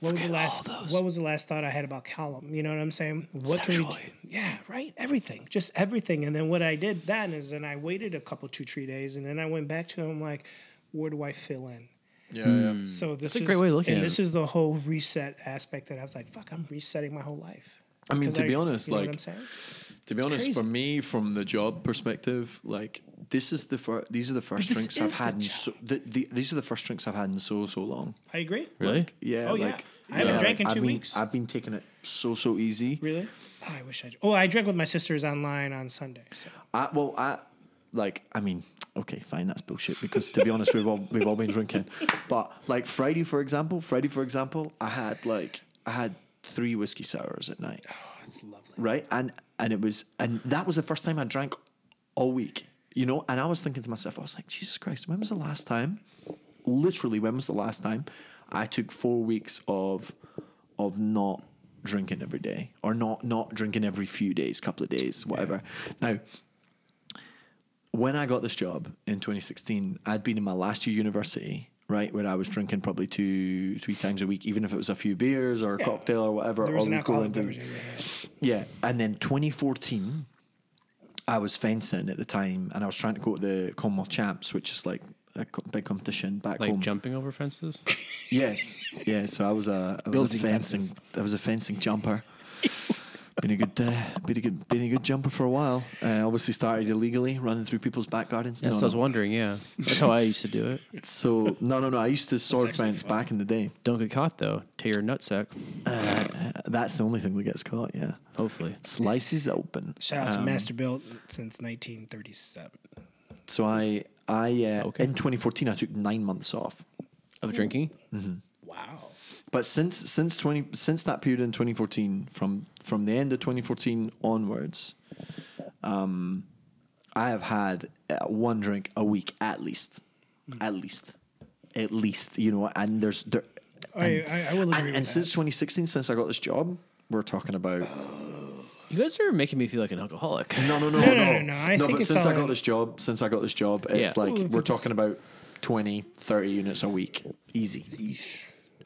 What was the last? What was the last thought I had about Callum? You know what I'm saying? What can we?
Sexually.
do? Yeah, right. Everything, just everything. And then what I did then is, then I waited a couple, two, three days, and then I went back to him like, where do I fill in?
Yeah, yeah.
So this
Hmm. a
is
great way of looking
and
at
this is the whole reset aspect that I was like, fuck, I'm resetting my whole life.
I mean,
Because
to be honest,
you know
like,
what I'm saying?
To be honest,
crazy.
for me, from the job perspective, like this is the fir- these are the first drinks I've had in so th- th- these are the first drinks I've had in so so long.
I agree.
Really?
Yeah,
Oh, yeah.
like
I haven't
yeah,
drank in
like,
two
I've been-
weeks.
I've been taking it so so easy.
Really? Oh, I wish I. Oh, I drank with my sisters online on Sunday. So.
I, well, I like. I mean, okay, fine, that's bullshit. Because to be honest, we've all we've all been drinking. But like Friday, for example, Friday, for example, I had like I had three whiskey sours at night,
That's lovely.
right? And and it was and that was the first time I drank all week, you know. And I was thinking to myself, I was like, Jesus Christ, when was the last time? Literally, when was the last time I took four weeks of of not drinking every day or not not drinking every few days, couple of days, whatever. Now when I got this job in 2016, I'd been in my last year university, right, where I was drinking probably two, three times a week, even if it was a few beers or a cocktail or whatever.
There
or
was an
we'd go
alcoholic
and do-
beverage in your hand.
yeah, and then 2014, I was fencing at the time, and I was trying to go to the Commonwealth Champs, which is like a co- big competition back
Like
home.
jumping over fences?
Yes, yeah. So I was a I was a
Building
fencing
fences.
I was a fencing jumper. been a good uh, been a good been a good jumper for a while. Uh, obviously started illegally, running through people's back gardens.
Yes,
no,
I was
no.
wondering. Yeah, that's how I used to do it.
So no, no, no. I used to sword
actually
fence back in the day.
Don't get caught though. Tear your nutsack.
That's the only thing that gets caught. Yeah,
Hopefully.
slices open.
Shout out to Master Built since 1937.
So I I uh,
Okay.
in 2014 I took nine months off.
Of drinking?
Wow.
But since since twenty since that period in twenty fourteen, from from the end of twenty fourteen onwards, um, I have had uh, one drink a week at least,
Hmm.
at least, at least. You know, and there's there,
I- I- I will agree
and,
with
and
that.
since twenty sixteen, since I got this job, we're talking about
You guys are making me feel like an alcoholic.
no, no, no,
no, no, no, I
no
think
but
it's
since
all
I got
in-
this job, since I got this job, it's
Yeah.
like
Well,
we're talking about 20, 30 units a week, easy.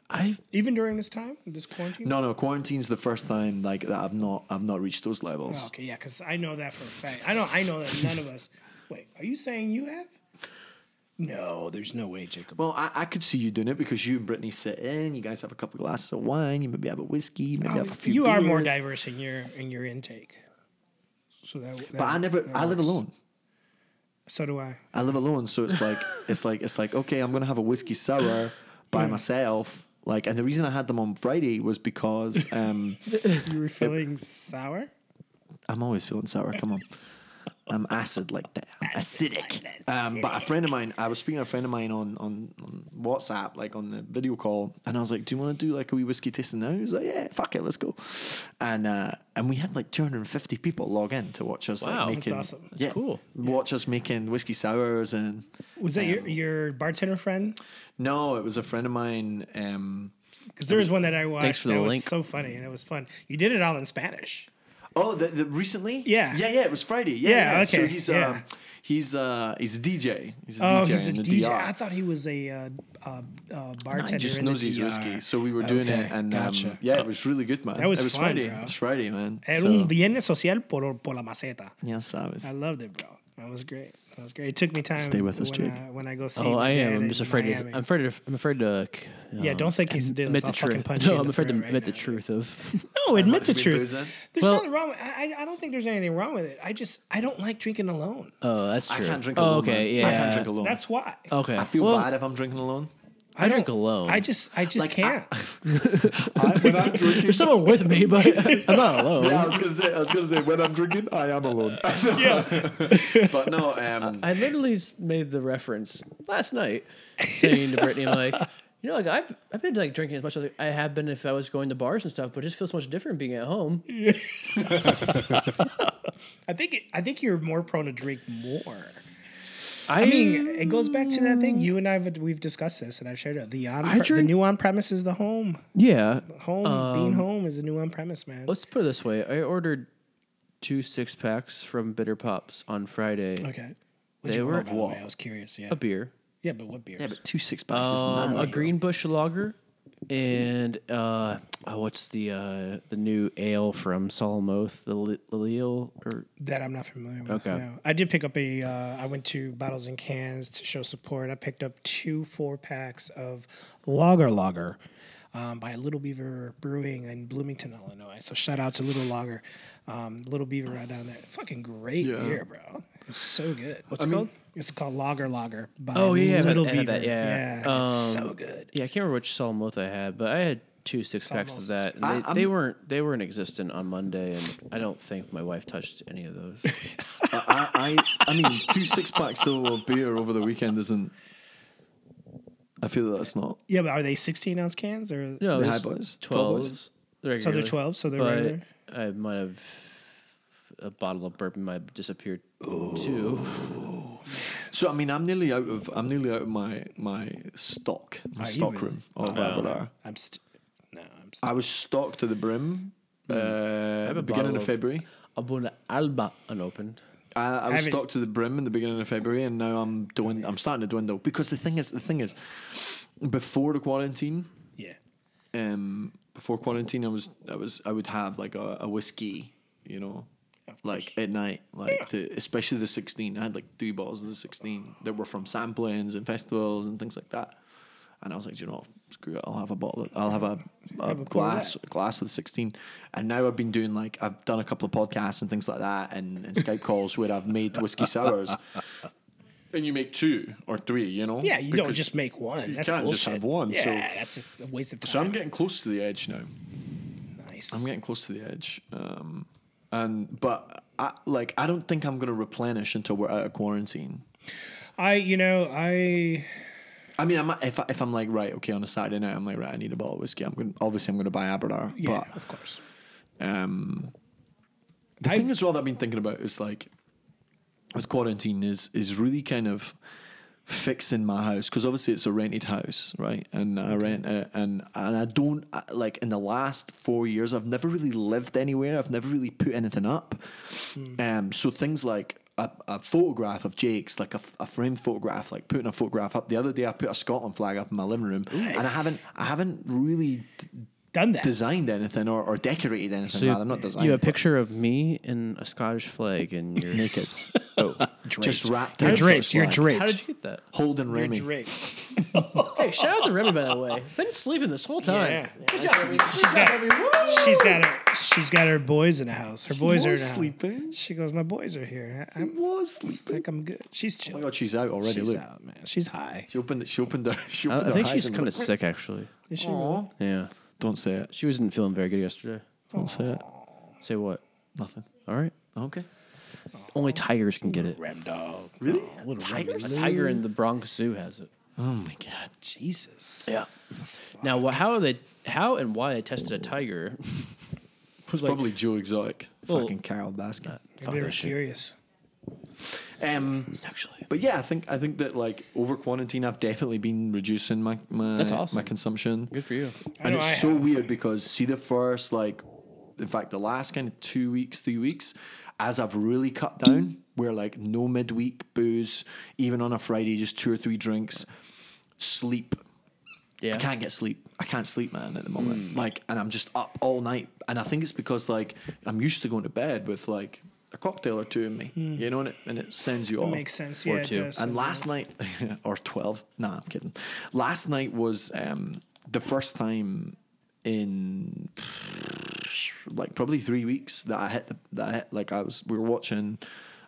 I've
Even during this time, this quarantine.
No, no, quarantine's the first time like that. I've not, I've not reached those levels.
Oh, okay, yeah, because I know that for a fact. I know, I know that none of us. Wait, are you saying you have?
No, there's no way, Jacob.
Well, I, I could see you doing it because you and Brittany sit in. You guys have a couple of glasses of wine. You maybe have a whiskey. You maybe have a few.
Oh, you are more
beers.
diverse in your in your intake. So that, that
But I never.
that
I live
works.
alone.
So do I.
I live alone, so it's like it's like it's like okay, I'm gonna have a whiskey sour by
Yeah.
myself. Like, and the reason I had them on Friday was because um,
You were feeling sour.
I'm always feeling sour. Come on. I'm acid like that. I'm acidic. Um, but a friend of mine, I was speaking to a friend of mine on, on, on WhatsApp, like on the video call, and I was like, "Do you want to do like a wee whiskey tasting now?" He was like, "Yeah, fuck it, let's go." And uh, and we had like 250 people log in to watch us.
Wow.
like,
That's
making,
awesome.
That's cool.
Watch us making whiskey sours and
Was that
Um,
your your bartender friend?
no, it was a friend of mine. Um,
Because there was one that I watched
for
that
the
was
link.
so funny and it was fun. You did it all in Spanish.
Oh, the, the recently?
Yeah.
yeah, yeah. It was Friday. Yeah,
Yeah,
yeah. So
okay,
he's
yeah.
um, he's uh, he's a DJ. He's a
Oh,
DJ
he's a
in the
DJ.
DR.
I thought he was a uh, uh, uh, bartender.
He just
in the
knows his
DR.
whiskey. So we were doing
Okay,
it, and um,
gotcha.
yeah, it was really good, man.
That was
it was
fun,
Friday.
bro.
It was Friday, man.
Era
So-
un viernes social por, por la maceta.
yes, I was.
I loved it, bro. That was great. That was great. It took me time.
Stay with us,
when
Jake.
I, when I go see.
Oh,
my
I
dad
am. I'm
in
just afraid. To,
Miami.
I'm afraid. Of, I'm afraid to. c-
Yeah, don't say quesadillas.
admit
I'll
the
fucking
truth.
punch you
No,
in
I'm
the
afraid to
throat right
admit the
now.
truth of.
No, admit
much
the
we
truth.
booze in?
There's
Well-
nothing wrong. With, I, I- I don't think there's anything wrong with it. I just I don't like drinking alone.
Oh, that's
I
true.
can't drink
oh,
alone.
okay.
man.
Yeah.
I can't drink alone.
That's why.
Okay.
I feel
Well,
bad if I'm drinking alone.
I, drink alone.
I just I just
Like, I-
can't.
I, when I'm drinking,
There's someone with me, but I'm not alone.
yeah, I was gonna say, I was gonna say, when I'm drinking, I am alone. but no, um,
I literally s- made the reference last night, saying to Brittany, "I'm like, you know, like I've I've been like drinking as much as I have been if I was going to bars and stuff, but it just feels so much different being at home."
I think it, I think you're more prone to drink more.
I,
I mean, it goes back to that thing you and I've we've discussed this, and I've shared it. The on the
drink-
new on premise is the home.
yeah.
Home being home is the new on premise, man.
Um, Let's put it this way: I ordered two six packs from Bitter Pops on Friday.
Okay.
They were-
by the way, I was curious. Yeah.
A beer,
Yeah, but what beers?
yeah, but two six packs is
um, a
not
Green Bush Lager, and uh, oh, what's the uh, the new ale from Solomoth, the Li- Lille or
That I'm not familiar with.
Okay.
no. I did pick up a. Uh, I went to Bottles and Cans to show support. I picked up two four packs of Lager Lager um, by Little Beaver Brewing in Bloomington, Illinois. So shout out to Little Lager, um, Little Beaver out down there. Fucking great beer, bro. It's so good.
what's it called?
It's called Lager Lager by
Oh, yeah, I've had-
Little
I
Beaver.
had that, yeah. Um,
it's so good.
Yeah, I can't remember which Solomoth I had, but I had two six packs of
Solomoths.
that. And
I-
they, they weren't they weren't existent on Monday, and I don't think my wife touched any of those.
I, I, I mean, two six packs though of beer over the weekend isn't. I feel that's not.
Yeah, but are they 16 ounce cans or?
No,
The
it was
high boys? Tall boys?
twelves.
So they're 12, so they're
but
regular.
I might have a bottle of bourbon might have disappeared too.
So I mean, I'm nearly out of I'm nearly out of my my stock my
Are you
stock
really?
room of Aberdare.
I'm st- no, I'm st-
I was stocked to the brim. Uh,
have a
beginning
bottle
of,
of-
February,
Abuna Alba unopened.
I, I was
haven't-
stocked to the brim in the beginning of February, and now I'm doing. I'm starting to dwindle because the thing is, the thing is, before the quarantine,
yeah.
um, before quarantine, I was I was I would have like a, a whiskey, you know, like at night, like the, especially the sixteen. I had like three bottles of the sixteen that were from samplings and festivals and things like that. And I was like, "Do you know, what? screw it, I'll have a bottle. I'll have a, a
Have a pour of
glass a glass of the sixteen. And now I've been doing like I've done a couple of podcasts and things like that, and, and Skype calls where I've made whiskey sours. And you make two or three, you know.
Yeah, you don't
Because-
just make one.
you
that's
can't
bullshit.
just have one,
Yeah,
so-
that's just a waste of time.
So I'm getting close to the edge now.
nice.
I'm getting close to the edge, um, and but I, like I don't think I'm gonna replenish until we're out of quarantine.
I, you know, I
I mean, I'm, if I, if I'm like right, okay, on a Saturday night, I'm like right, I need a bottle of whiskey. I'm gonna obviously I'm gonna buy Aberdare,
yeah,
but
of course.
the
I've-
thing as well that I've been thinking about is like with quarantine is is really kind of fixing my house because obviously it's a rented house, right? And I rent it, and and I don't I- like in the last four years I've never really lived anywhere. I've never really put anything up.
Hmm.
Um, so things like. A, a photograph of Jake's, like a, f- a framed photograph, like putting a photograph up. The other day, I put a Scotland flag up in my living room, and I haven't, I haven't really d-
Done that.
designed anything or, or decorated anything. rather, not designed.
you have a
but-
picture of me in a Scottish flag and you're naked.
Oh, just wrapped in
You're
a
draped.
Swiss
You're
flag.
draped.
How did you get that?
Holding
You're
Remy.
draped.
Hey, shout out to Remy by the way. Been sleeping this whole time.
Yeah. She's got, she's got her. She's got her boys in the house. Her boys are in
was
the
sleeping.
House. She goes, my boys are here. I- I'm
Was sleeping.
like, I'm good. She's
Oh my
chill.
god, she's out already.
She's
look,
out, man. She's high.
she opened. She opened her. She opened
I, I
her
think
eyes
she's
and
kind of
was like,
sick actually.
Is she
"Aw."
Yeah.
Don't say it.
She wasn't feeling very good yesterday.
Don't say it.
Say what?
Nothing.
All right.
Okay.
Only tigers can get it.
Ram dog.
Really?
Oh, A tiger in the Bronx Zoo has it.
Oh my god.
Jesus.
Yeah. Now, wha- how they, how and why they tested a tiger?
It's probably Joe Exotic.
Well-
Fucking Carol Baskin.
Fuck
They were
that shit.
curious.
Um.
Sexually.
But yeah, I think I think that like over quarantine, I've definitely been reducing my my
That's awesome.
my consumption.
Good for you.
and
know
it's
I
so
have.
weird because see the first like in fact the last kind of two weeks three weeks as i've really cut down where like no midweek booze even on a friday just two or three drinks sleep
Yeah.
I can't get sleep. I can't sleep, man, at the moment.
Mm.
Like, and I'm just up all night. And I think it's because like I'm used to going to bed with like a cocktail or two in me, you know, and it, and it sends you off.
Hmm. Makes sense.
Or
Yeah. it
two.
does.
And last night, or 12, nah, I'm kidding. Last night was um, the first time in like probably three weeks that I hit the, that I hit, like I was, we were watching,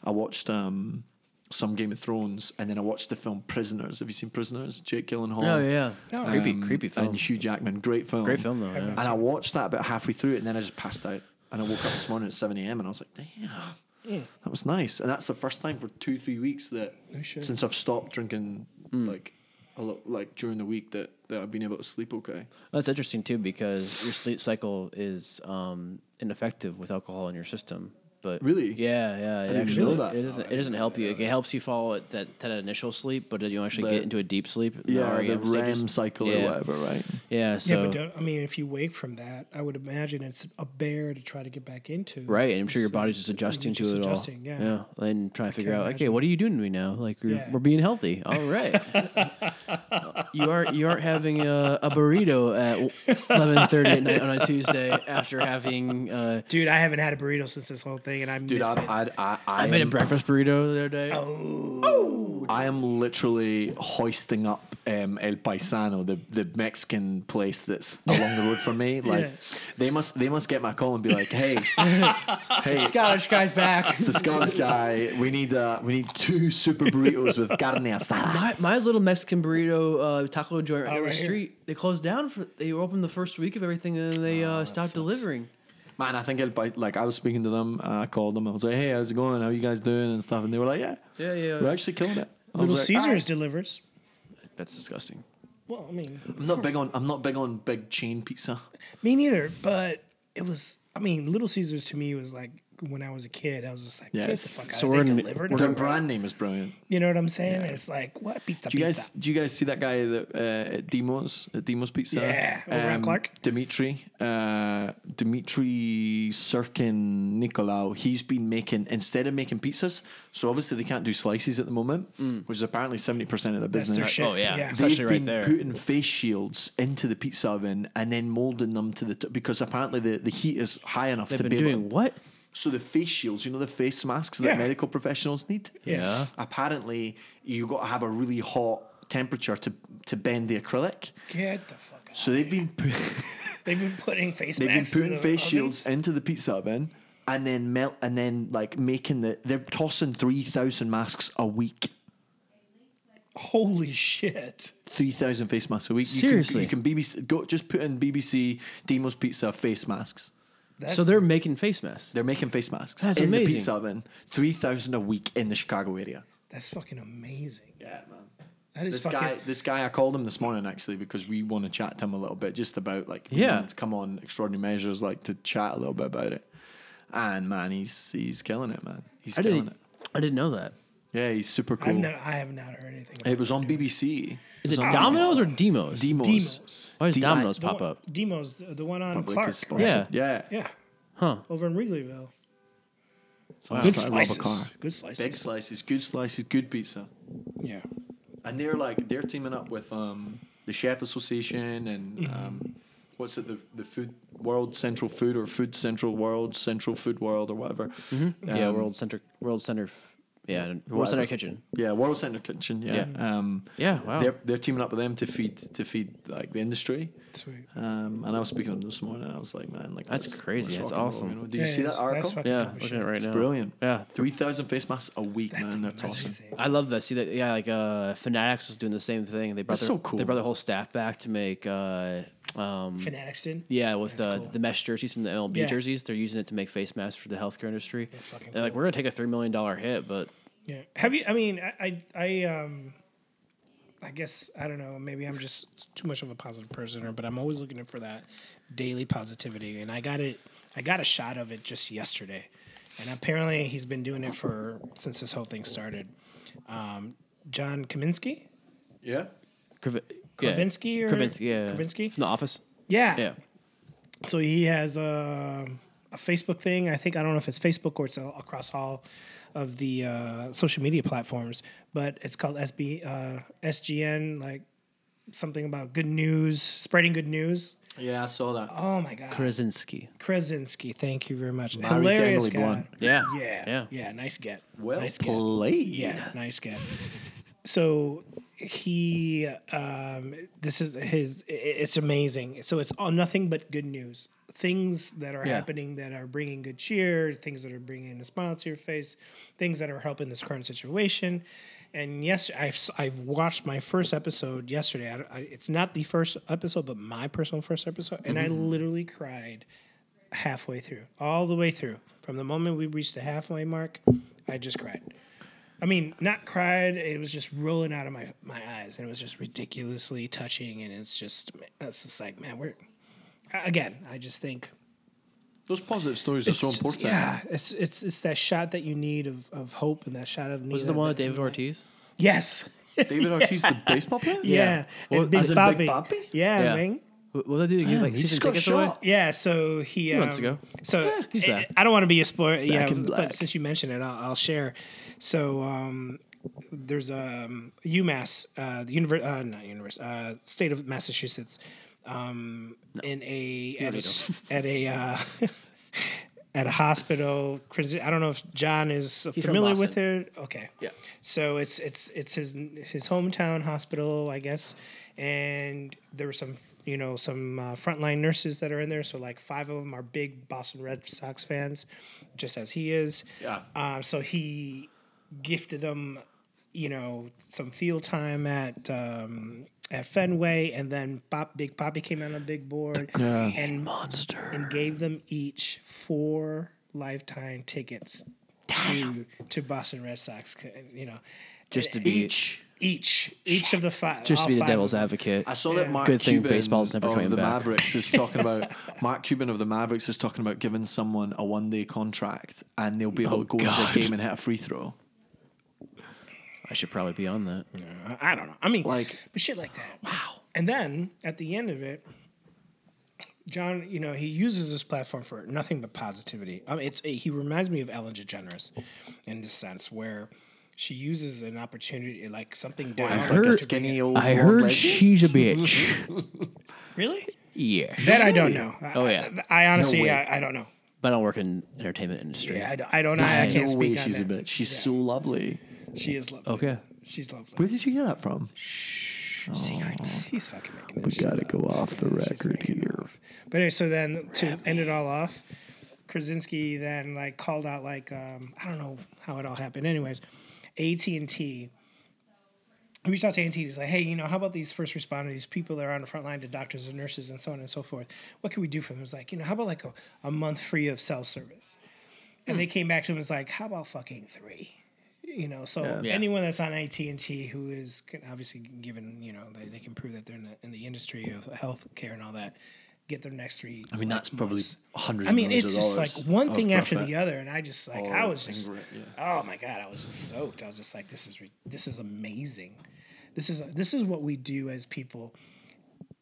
I watched um, some Game of Thrones and then I watched the film Prisoners. Have you seen Prisoners? Jake Gyllenhaal.
Oh yeah. creepy,
um,
creepy film.
And Hugh Jackman. Great film.
Great film though.
I've
Yeah.
not
And I watched that about halfway through it, and then I just passed out. And I woke up this morning at 7 a.m. and I was like, damn, that was nice. And that's the first time for two, three weeks that
shit.
since I've stopped drinking, like, a lot, like during the week that, that I've been able to sleep okay.
That's interesting too because your sleep cycle is um, ineffective with alcohol in your system. But
Really?
yeah, yeah. It
didn't
actually
know that.
it doesn't it doesn't help you. It helps you follow it, that that initial sleep, but you don't actually
The-
get into a deep sleep. in
Yeah, the
REM stages.
REM cycle
yeah.
or whatever, right?
Yeah.
Yeah,
So
but don't, I mean, if you wake from that, I would imagine it's a bear to try to get back into.
Right, and I'm sure your
So
body's just adjusting
just
to it
adjusting,
all.
yeah.
and trying to figure out,
can't
okay,
imagine.
what are you doing to me now? Like you're,
Yeah.
we're being healthy. All right, you aren't you aren't having a, a burrito at 11:30 at night on a Tuesday after having. Uh,
Dude, I haven't had a burrito since this whole thing, and I
Dude,
miss
I'd,
it.
I'd, I, I,
I
am,
made a breakfast burrito the other day.
I am literally hoisting up um, El Paisano, the, the Mexican place that's along the road from me. Like, they must they must get my call and be like, hey, hey,
Scottish guy's back.
the Scottish guy. We need uh, we need two super burritos with carne asada.
My, my little Mexican burrito uh, taco joint right down
right
the
here.
street. They closed down for. They were open the first week of everything, and then they uh, stopped delivering.
Man, I think it'll bite. Like I was speaking to them, uh, I called them. I was like, "Hey, how's it going? How you guys doing?" and stuff. And they were like, "Yeah,
Yeah, yeah.
we're actually killing it." I was
Little
like,
Caesars delivers.
That's disgusting.
Well, I mean,
"Ah, I'm not big on. I'm not big on big chain pizza.
me neither. But it was. I mean, Little Caesars to me was like when I was a kid. I was just like,
Yeah,
yeah,
it's-
the fuck
so
out.
we're
They
in-
delivered.
we're
Their
in-
brand name is brilliant.
You know what I'm saying? It's like what pizza?
Do you guys
pizza.
do you guys see that guy that uh, at Demos at Demos Pizza? Um,
Yeah, over on Clark.
Dimitri, uh, Dimitri Sirkin Nicolau. He's been making instead of making pizzas. So obviously they can't do slices at the moment, which is apparently seventy percent of the
That's
business.
their shit.
Mm. Oh, yeah.
yeah.
They-
They've
Especially right
been
there.
putting face shields into the pizza oven and then molding them to the t- because apparently the, the heat is high enough
They've
to
been
be able-
doing what?
so the face shields, you know, the face masks that
Yeah.
medical professionals need.
Yeah.
Apparently, you got to have a really hot temperature to to bend the acrylic.
Get the fuck out.
So they've been pu-
They've been putting face
they've been
masks in
putting
the
face
ovens.
shields into the pizza oven, and then melt, and then like making the they're tossing three thousand masks a week.
Holy shit!
Three thousand face masks a week.
Seriously?
you can, you can BBC go just put in BBC Demos Pizza face masks.
That's,
so they're making face masks.
They're making face masks
That's
in the
amazing.
pizza oven. Three thousand a week in the Chicago area.
that's fucking amazing.
Yeah, man.
That is
this
fucking.
guy this guy I called him this morning actually because we want to chat to him a little bit just about like we
Yeah.
want him to come on extraordinary measures like to chat a little bit about it and man he's he's killing it man he's
I
killing
didn't. I didn't know that.
it yeah he's super
I've
cool
no, I have not heard anything.
it was on BBC
Is it
was on
Domino's or Demos?
Demos
Demos.
Why does
D-
Domino's
The
pop
one-
up?
Demos, uh, the, the one on
Public
Clark.
is sponsored.
Yeah.
yeah
Yeah,
Huh?
over in Wrigleyville.
Wow.
Uh,
Good
I love a
slices.
car.
Good slices.
big slices good slices good pizza
Yeah.
and they're like they're teaming up with um the chef association and
Mm-hmm.
um what's it the the food world central food or food central world central food world or whatever
Mm-hmm. yeah,
Um,
World Center. World Center. Yeah, World Center
Whatever.
Kitchen.
Yeah, World Center Kitchen. Yeah. Um,
Yeah, wow.
They're they're teaming up with them to feed to feed like the industry.
Sweet.
Um, and I was speaking to them this morning. And I was like, man, like
That's
let's-
crazy.
let's
That's
rock and roll,
awesome.
you know? Did
Yeah,
you see that
that's- that's
article?
fucking
Yeah,
dope as
looking
shit.
at it right
It's
now.
brilliant.
Yeah,
three thousand face masks a week,
That's
man. That's awesome.
amazing.
I love that. See that? Yeah, like uh, Fanatics was doing the same thing. They brought
That's
their,
so cool.
they brought their whole staff back to make. Uh, um,
Fanatics did.
yeah, with
That's
the,
cool.
the mesh jerseys and the MLB
Yeah.
jerseys, they're using it to make face masks for the healthcare industry.
That's fucking
They're like, we're gonna take a three million dollar hit, but
Yeah. Have you? I mean, I, I, I, um, I guess I don't know. Maybe I'm just too much of a positive person, or but I'm always looking for that daily positivity, and I got it. I got a shot of it just yesterday, and apparently he's been doing it for since this whole thing started. Um, John Kaminsky,
Yeah.
Krav-
Kravinsky
yeah.
or-
Kravinsky, yeah,
Kravinsky?
from The Office.
yeah,
Yeah,
so he has a, a Facebook thing. I think I don't know if it's Facebook or it's a- across all of the uh, social media platforms, but it's called SB uh, SGN, like something about good news, spreading good news.
Yeah, I saw that.
Oh my God,
Krasinski.
Krasinski, thank you very much.
Married to
Hilarious
Emily
guy.
Blunt.
Yeah,
Yeah,
yeah.
yeah, nice get.
well
nice get.
played.
Yeah, nice guy. So he, um, this is his. i- i- It's amazing. So it's all nothing but good news. Things that are
Yeah.
happening that are bringing good cheer. Things that are bringing a smile to your face. Things that are helping this current situation. And yes, I've, s- I've watched my first episode yesterday. I, don't- I, it's not the first episode, but my personal first episode, and I literally cried halfway through, all the way through. From the moment we reached the halfway mark, I just cried. I mean, not cried. It was just rolling out of my, my eyes, and it was just ridiculously touching. And it's just, it's just like, man, we're again. I just think
Those positive stories are
it's
so
just-
important.
Yeah, it's it's it's that shot that you need of, of hope and that shot of.
Was it the one with David Ortiz?
Yes. yeah.
David Ortiz, the baseball player.
Well,
and Big,
as in
Bobby.
Big Bobby?
Yeah,
Yeah.
man.
W- Well, that dude gave
Man,
like
he
season
just got
tickets away.
shot.
Yeah, so he
Two months
um,
ago. Eh,
So
he's
I-
back.
I don't want to be a spoiler. yeah,
in black.
but since you mentioned it, I'll, I'll share. So um, there's a um, UMass, uh, the universe, uh, not universe, uh, state of Massachusetts, um, in a at a, s- at a uh, at a hospital. Chris- I don't know if John is
from
familiar with
Boston.
it there- Okay.
Yeah.
So it's it's it's his his hometown hospital, I guess, and there were some you know some uh, frontline nurses that are in there. So like five of them are big Boston Red Sox fans, just as he is.
Yeah.
Uh, so he gifted them, you know, some field time at. Um, at Fenway, and then Pop, Big Poppy came out on a big board, and monster, and gave them each four lifetime tickets to to Boston Red Sox. uh, You know,
Just to be
Each
Each, each of the five.
Just
all
to be the
five of
devil's
them.
advocate.
I saw that Mark
Good thing
Cuban
baseball's never
of
coming
the
back.
Mavericks is talking about Mark Cuban of the Mavericks is talking about giving someone a one day contract and they'll be able
Oh,
to go
God.
into a game and hit a free throw.
I should probably be on that.
I- I don't know. I mean,
Like-
like, but shit like that. Wow. And then at the end of it, John, you know, he uses this platform for nothing but positivity. I mean, it's he reminds me of Ellen DeGeneres in the sense where she uses an opportunity, like something down.
It's
I
like a
heard-
skinny old.
I
long
heard
leg.
she's a bitch.
really?
yeah,
That I don't know.
Oh,
I,
yeah.
I, I honestly,
way.
I, I don't know.
but I don't work in entertainment industry.
Yeah, I don't. I, don't, I, I
There's
can't
No way
speak on
she's a
that.
bitch. She's so lovely.
She is lovely.
Okay.
She's lovely.
Where did you hear that from?
He's fucking making
Oh, We gotta go off the record here.
But anyway, so then to end it all off, Krasinski then like called out like um, I don't know how it all happened. Anyways, AT and T. He reached out to AT. He's like, hey, you know, how about these first responders, these people that are on the front line, to doctors and nurses and so on and so forth. What can we do for them? He was like, you know, how about like a, a month free of cell service? And
Hmm.
they came back to him and was like, how about fucking three? You know, so
Yeah.
anyone that's on AT and T who is can- obviously given, you know, they, they can prove that they're in the, in the industry of healthcare and all that, get their next three.
I mean, that's probably hundreds.
I
of
mean, it's
millions
just
of
like
dollars
one
of
thing after
profit.
the other, and I just like I
Oh,
was just,
ingre-
oh my god, I was just soaked. I was just like, this is re- this is amazing. This is this is what we do as people.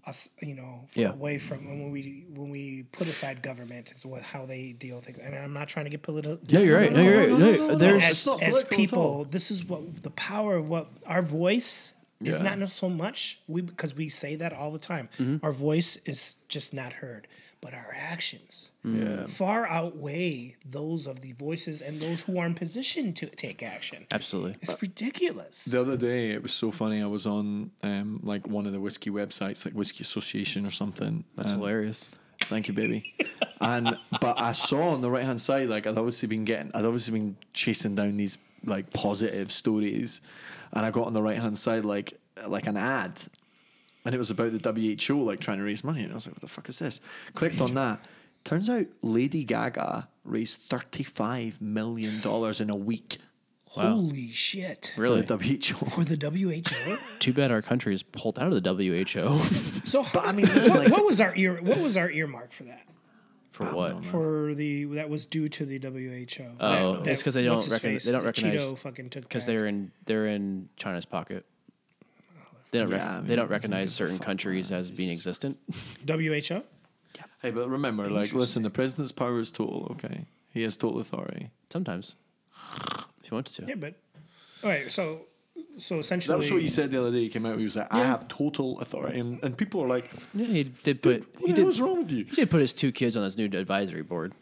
Us, you know, from
Yeah.
away from when we when we put aside government is what how they deal with things. And I'm not trying to get political.
No, you're right. No, you're right. No, there's
As,
not
as
political at all.
people, this is what the power of what our voice is
Yeah.
not not so much we because we say that all the time.
Mm-hmm.
Our voice is just not heard, but our actions
Mm-hmm.
far outweigh those of the voices and those who are in position to take action.
absolutely.
It's ridiculous.
The other day, it was so funny. I was on um, like one of the whiskey websites, like Whiskey Association or something.
That's
and-
hilarious.
Thank you, baby. and but I saw on the right hand side, like I'd obviously been getting, I'd obviously been chasing down these like positive stories, and I got on the right hand side like like an ad, and it was about the WHO like trying to raise money, and I was like, what the fuck is this? Clicked on that. Turns out Lady Gaga raised thirty five million dollars in a week
Holy shit.
Really?
for the WHO.
For the WHO?
Too bad our country is pulled out of the WHO.
so
But I mean,
what,
like,
what was our ear what was our earmark for that?
For what?
For the that was due to the WHO.
Oh,
That-
it's 'cause they
that-
don't
what's his
recogni-
face,
they don't
the
recognize-
Cheeto fucking took
Because
back.
they're in they're in China's pocket. They don't rec-
Yeah, I mean,
they don't recognize certain countries as being existent.
WHO?
Hey, but remember, like, listen, the president's power is total. Okay, he has total authority.
Sometimes, if you want to.
Yeah, but all right, so so essentially
That was what he said the other day. He came out. He was like, "I have total authority," and, and people are like,
Yeah, he did put
"What
he
the
did,
hell is wrong with you?"
he did put his two kids on his new advisory board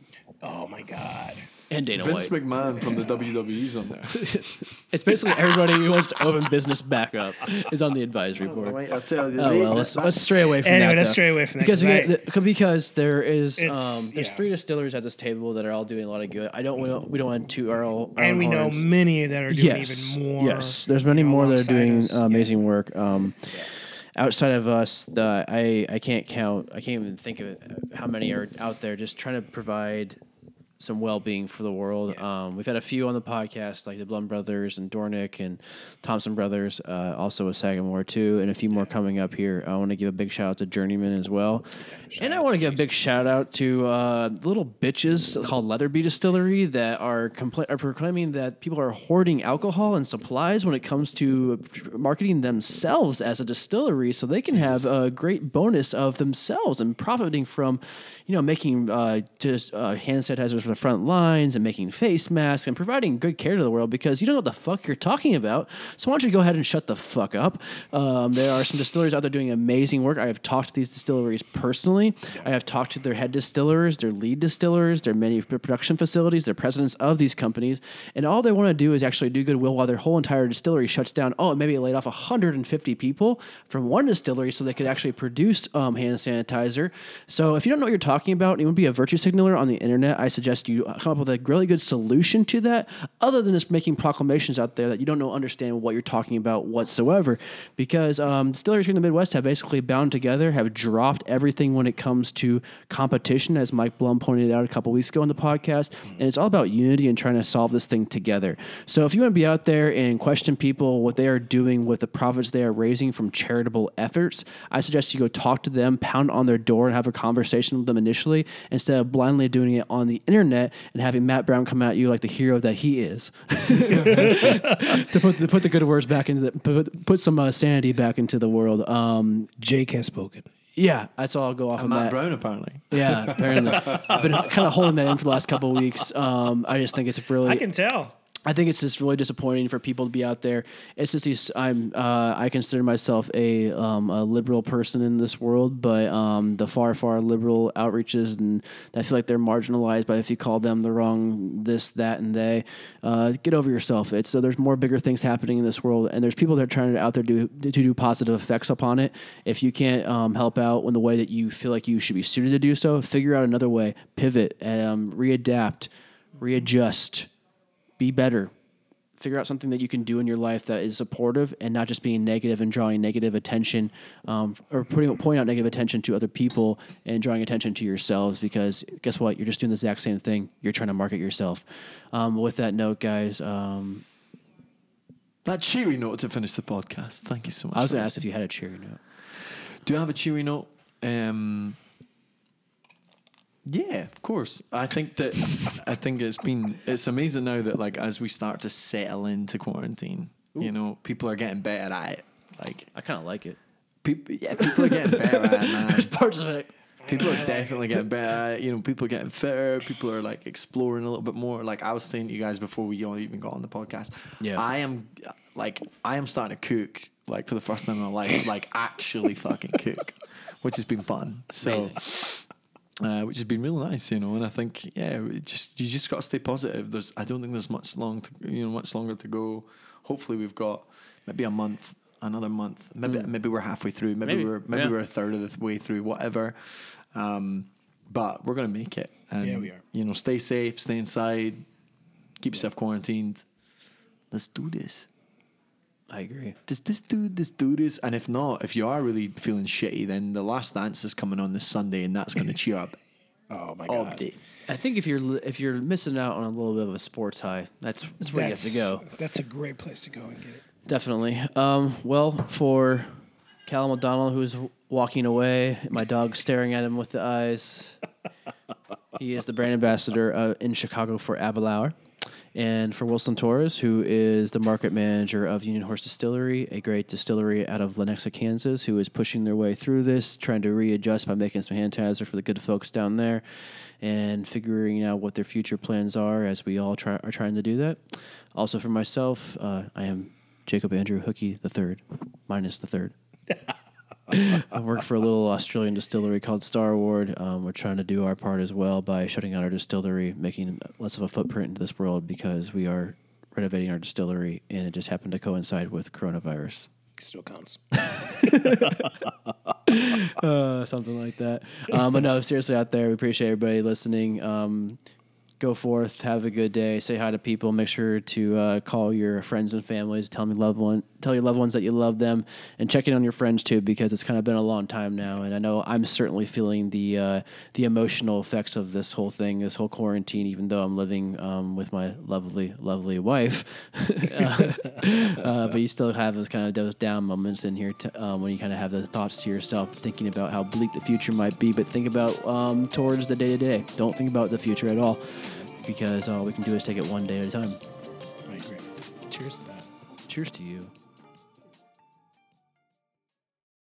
Oh my god.
and Dana
Vince
White.
McMahon from the WWE's on there.
It's basically everybody who wants to open business back up is on the advisory board.
I'll tell you.
Oh well, let's, let's stray away from
Anyway,
that.
let's
though.
stray away from that,
because
'cause
we
I-
get the- c- because there is
It's-
um, there's
yeah.
three distillers at this table that are all doing a lot of good. I don't we don't, we don't want to our, own- our
and
own
we know
horns.
many that are doing
yes,
even more.
Yes, there's many
you know,
more that are
alongside
doing
us.
uh, amazing work. Um, Outside of us, the, I I can't count. I can't even think of it, uh, how many are out there just trying to provide some well-being for the world. Um, we've had a few on the podcast, like the Blum brothers and Dornick and Thompson brothers, uh, also with Sagamore too, and a few more coming up here. I want to give a big shout out to Journeyman as well, and I want to give a big shout out to uh, little bitches called Leatherby Distillery that are, compla- are proclaiming that people are hoarding alcohol and supplies when it comes to marketing themselves as a distillery, so they can have a great bonus of themselves and profiting from, you know, making uh, just uh, hand sanitizers for the front lines and making face masks and providing good care to the world because you don't know what the fuck you're talking about. So why don't you go ahead and shut the fuck up? Um, there are some distilleries out there doing amazing work. I have talked to these distilleries personally. I have talked to their head distillers, their lead distillers, their many production facilities, their presidents of these companies, and all they want to do is actually do goodwill while their whole entire distillery shuts down. Oh, and maybe it laid off 150 people from one distillery so they could actually produce um, hand sanitizer. So if you don't know what you're talking about and you want to be a virtue signaler on the internet, I suggest exist, you come up with a really good solution to that, other than just making proclamations out there that you don't know understand what you're talking about whatsoever. Because um, distilleries here in the Midwest have basically bound together, have dropped everything when it comes to competition, as Mike Blum pointed out a couple weeks ago on the podcast. And it's all about unity and trying to solve this thing together. So if you want to be out there and question people what they are doing with the profits they are raising from charitable efforts, I suggest you go talk to them, pound on their door, and have a conversation with them initially instead of blindly doing it on the internet and having Matt Brown come at you like the hero that he is. to, put, to put the good words back into the, put, put some uh, sanity back into the world. Um,
Jake has spoken.
yeah, that's all I'll go off of
Matt
that.
Brown apparently.
Yeah, apparently. I've been kind of holding that in for the last couple of weeks. Um, I just think it's really.
I can tell.
I think it's just really disappointing for people to be out there. It's just these. I'm. Uh, I consider myself a um, a liberal person in this world, but um, the far far liberal outreaches and I feel like they're marginalized. But if you call them the wrong this that and they, uh, get over yourself. It's so there's more bigger things happening in this world, and there's people that are trying to out there do to do positive effects upon it. If you can't um, help out in the way that you feel like you should be suited to do so, figure out another way, pivot, um, readapt, readjust be better. Figure out something that you can do in your life that is supportive and not just being negative and drawing negative attention um, or putting, pointing out negative attention to other people and drawing attention to yourselves because guess what? You're just doing the exact same thing. You're trying to market yourself. Um, with that note, guys, um,
That cheery note to finish the podcast. Thank you so much.
I was
for
going to ask
listening.
if you had a cheery note.
Do I have a cheery note? Um, yeah, of course. I think that I think it's been it's amazing now that like as we start to settle into quarantine, you know, people are getting better at it. Like
I kind of like it.
people, yeah, people are getting better at it. Man.
There's parts of it.
People are definitely getting better. at it, You know, people are getting fitter. People are like exploring a little bit more. Like I was saying to you guys before we all even got on the podcast.
Yeah.
I am like I am starting to cook like for the first time in my life. Like actually fucking cook, which has been fun. So. Uh, which has been really nice, you know, and I think yeah, it just you just got to stay positive. There's I don't think there's much long to, you know much longer to go. Hopefully we've got maybe a month, another month. Maybe maybe we're halfway through. Maybe,
Mm. Maybe,
we're maybe
yeah.
we're a third of the th- way through, whatever. Um, but we're gonna make it. And,
Yeah, we are.
You know, stay safe, stay inside, keep yourself quarantined. Let's do this.
I agree.
Does this do this do this? And if not, if you are really feeling shitty, then the last dance is coming on this Sunday, and that's gonna cheer up.
Oh my
all
god.
day.
I think if you're li- if you're missing out on a little bit of a sports high, that's that's where
That's,
you have to go.
that's a great place to go and get it.
Definitely. Um, well, for Callum O'Donnell, who's walking away, my dog staring at him with the eyes. He is the brand ambassador uh, in Chicago for Abelauer. And for Wilson Torres, who is the market manager of Union Horse Distillery, a great distillery out of Lenexa, Kansas, who is pushing their way through this, trying to readjust by making some hand sanitizer for the good folks down there and figuring out what their future plans are as we all try, are trying to do that. Also, for myself, uh, I am Jacob Andrew Hookie the third, minus the third. I work for a little Australian distillery called Starward. Um, we're trying to do our part as well by shutting down our distillery, making less of a footprint into this world because we are renovating our distillery, and it just happened to coincide with coronavirus.
Still counts.
Uh, something like that. Um, but no, seriously, out there, we appreciate everybody listening. Um, go forth, have a good day, say hi to people. Make sure to uh, call your friends and families. Tell me loved one, tell your loved ones that you love them, and check in on your friends too because it's kind of been a long time now. And I know I'm certainly feeling the uh, the emotional effects of this whole thing, this whole quarantine. Even though I'm living um, with my lovely, lovely wife, uh, but you still have those kind of those down moments in here to, um, when you kind of have the thoughts to yourself, thinking about how bleak the future might be. But think about um, towards the day to day. Don't think about the future at all, because all we can do is take it one day at a time.
I agree. Cheers to that.
Cheers to you.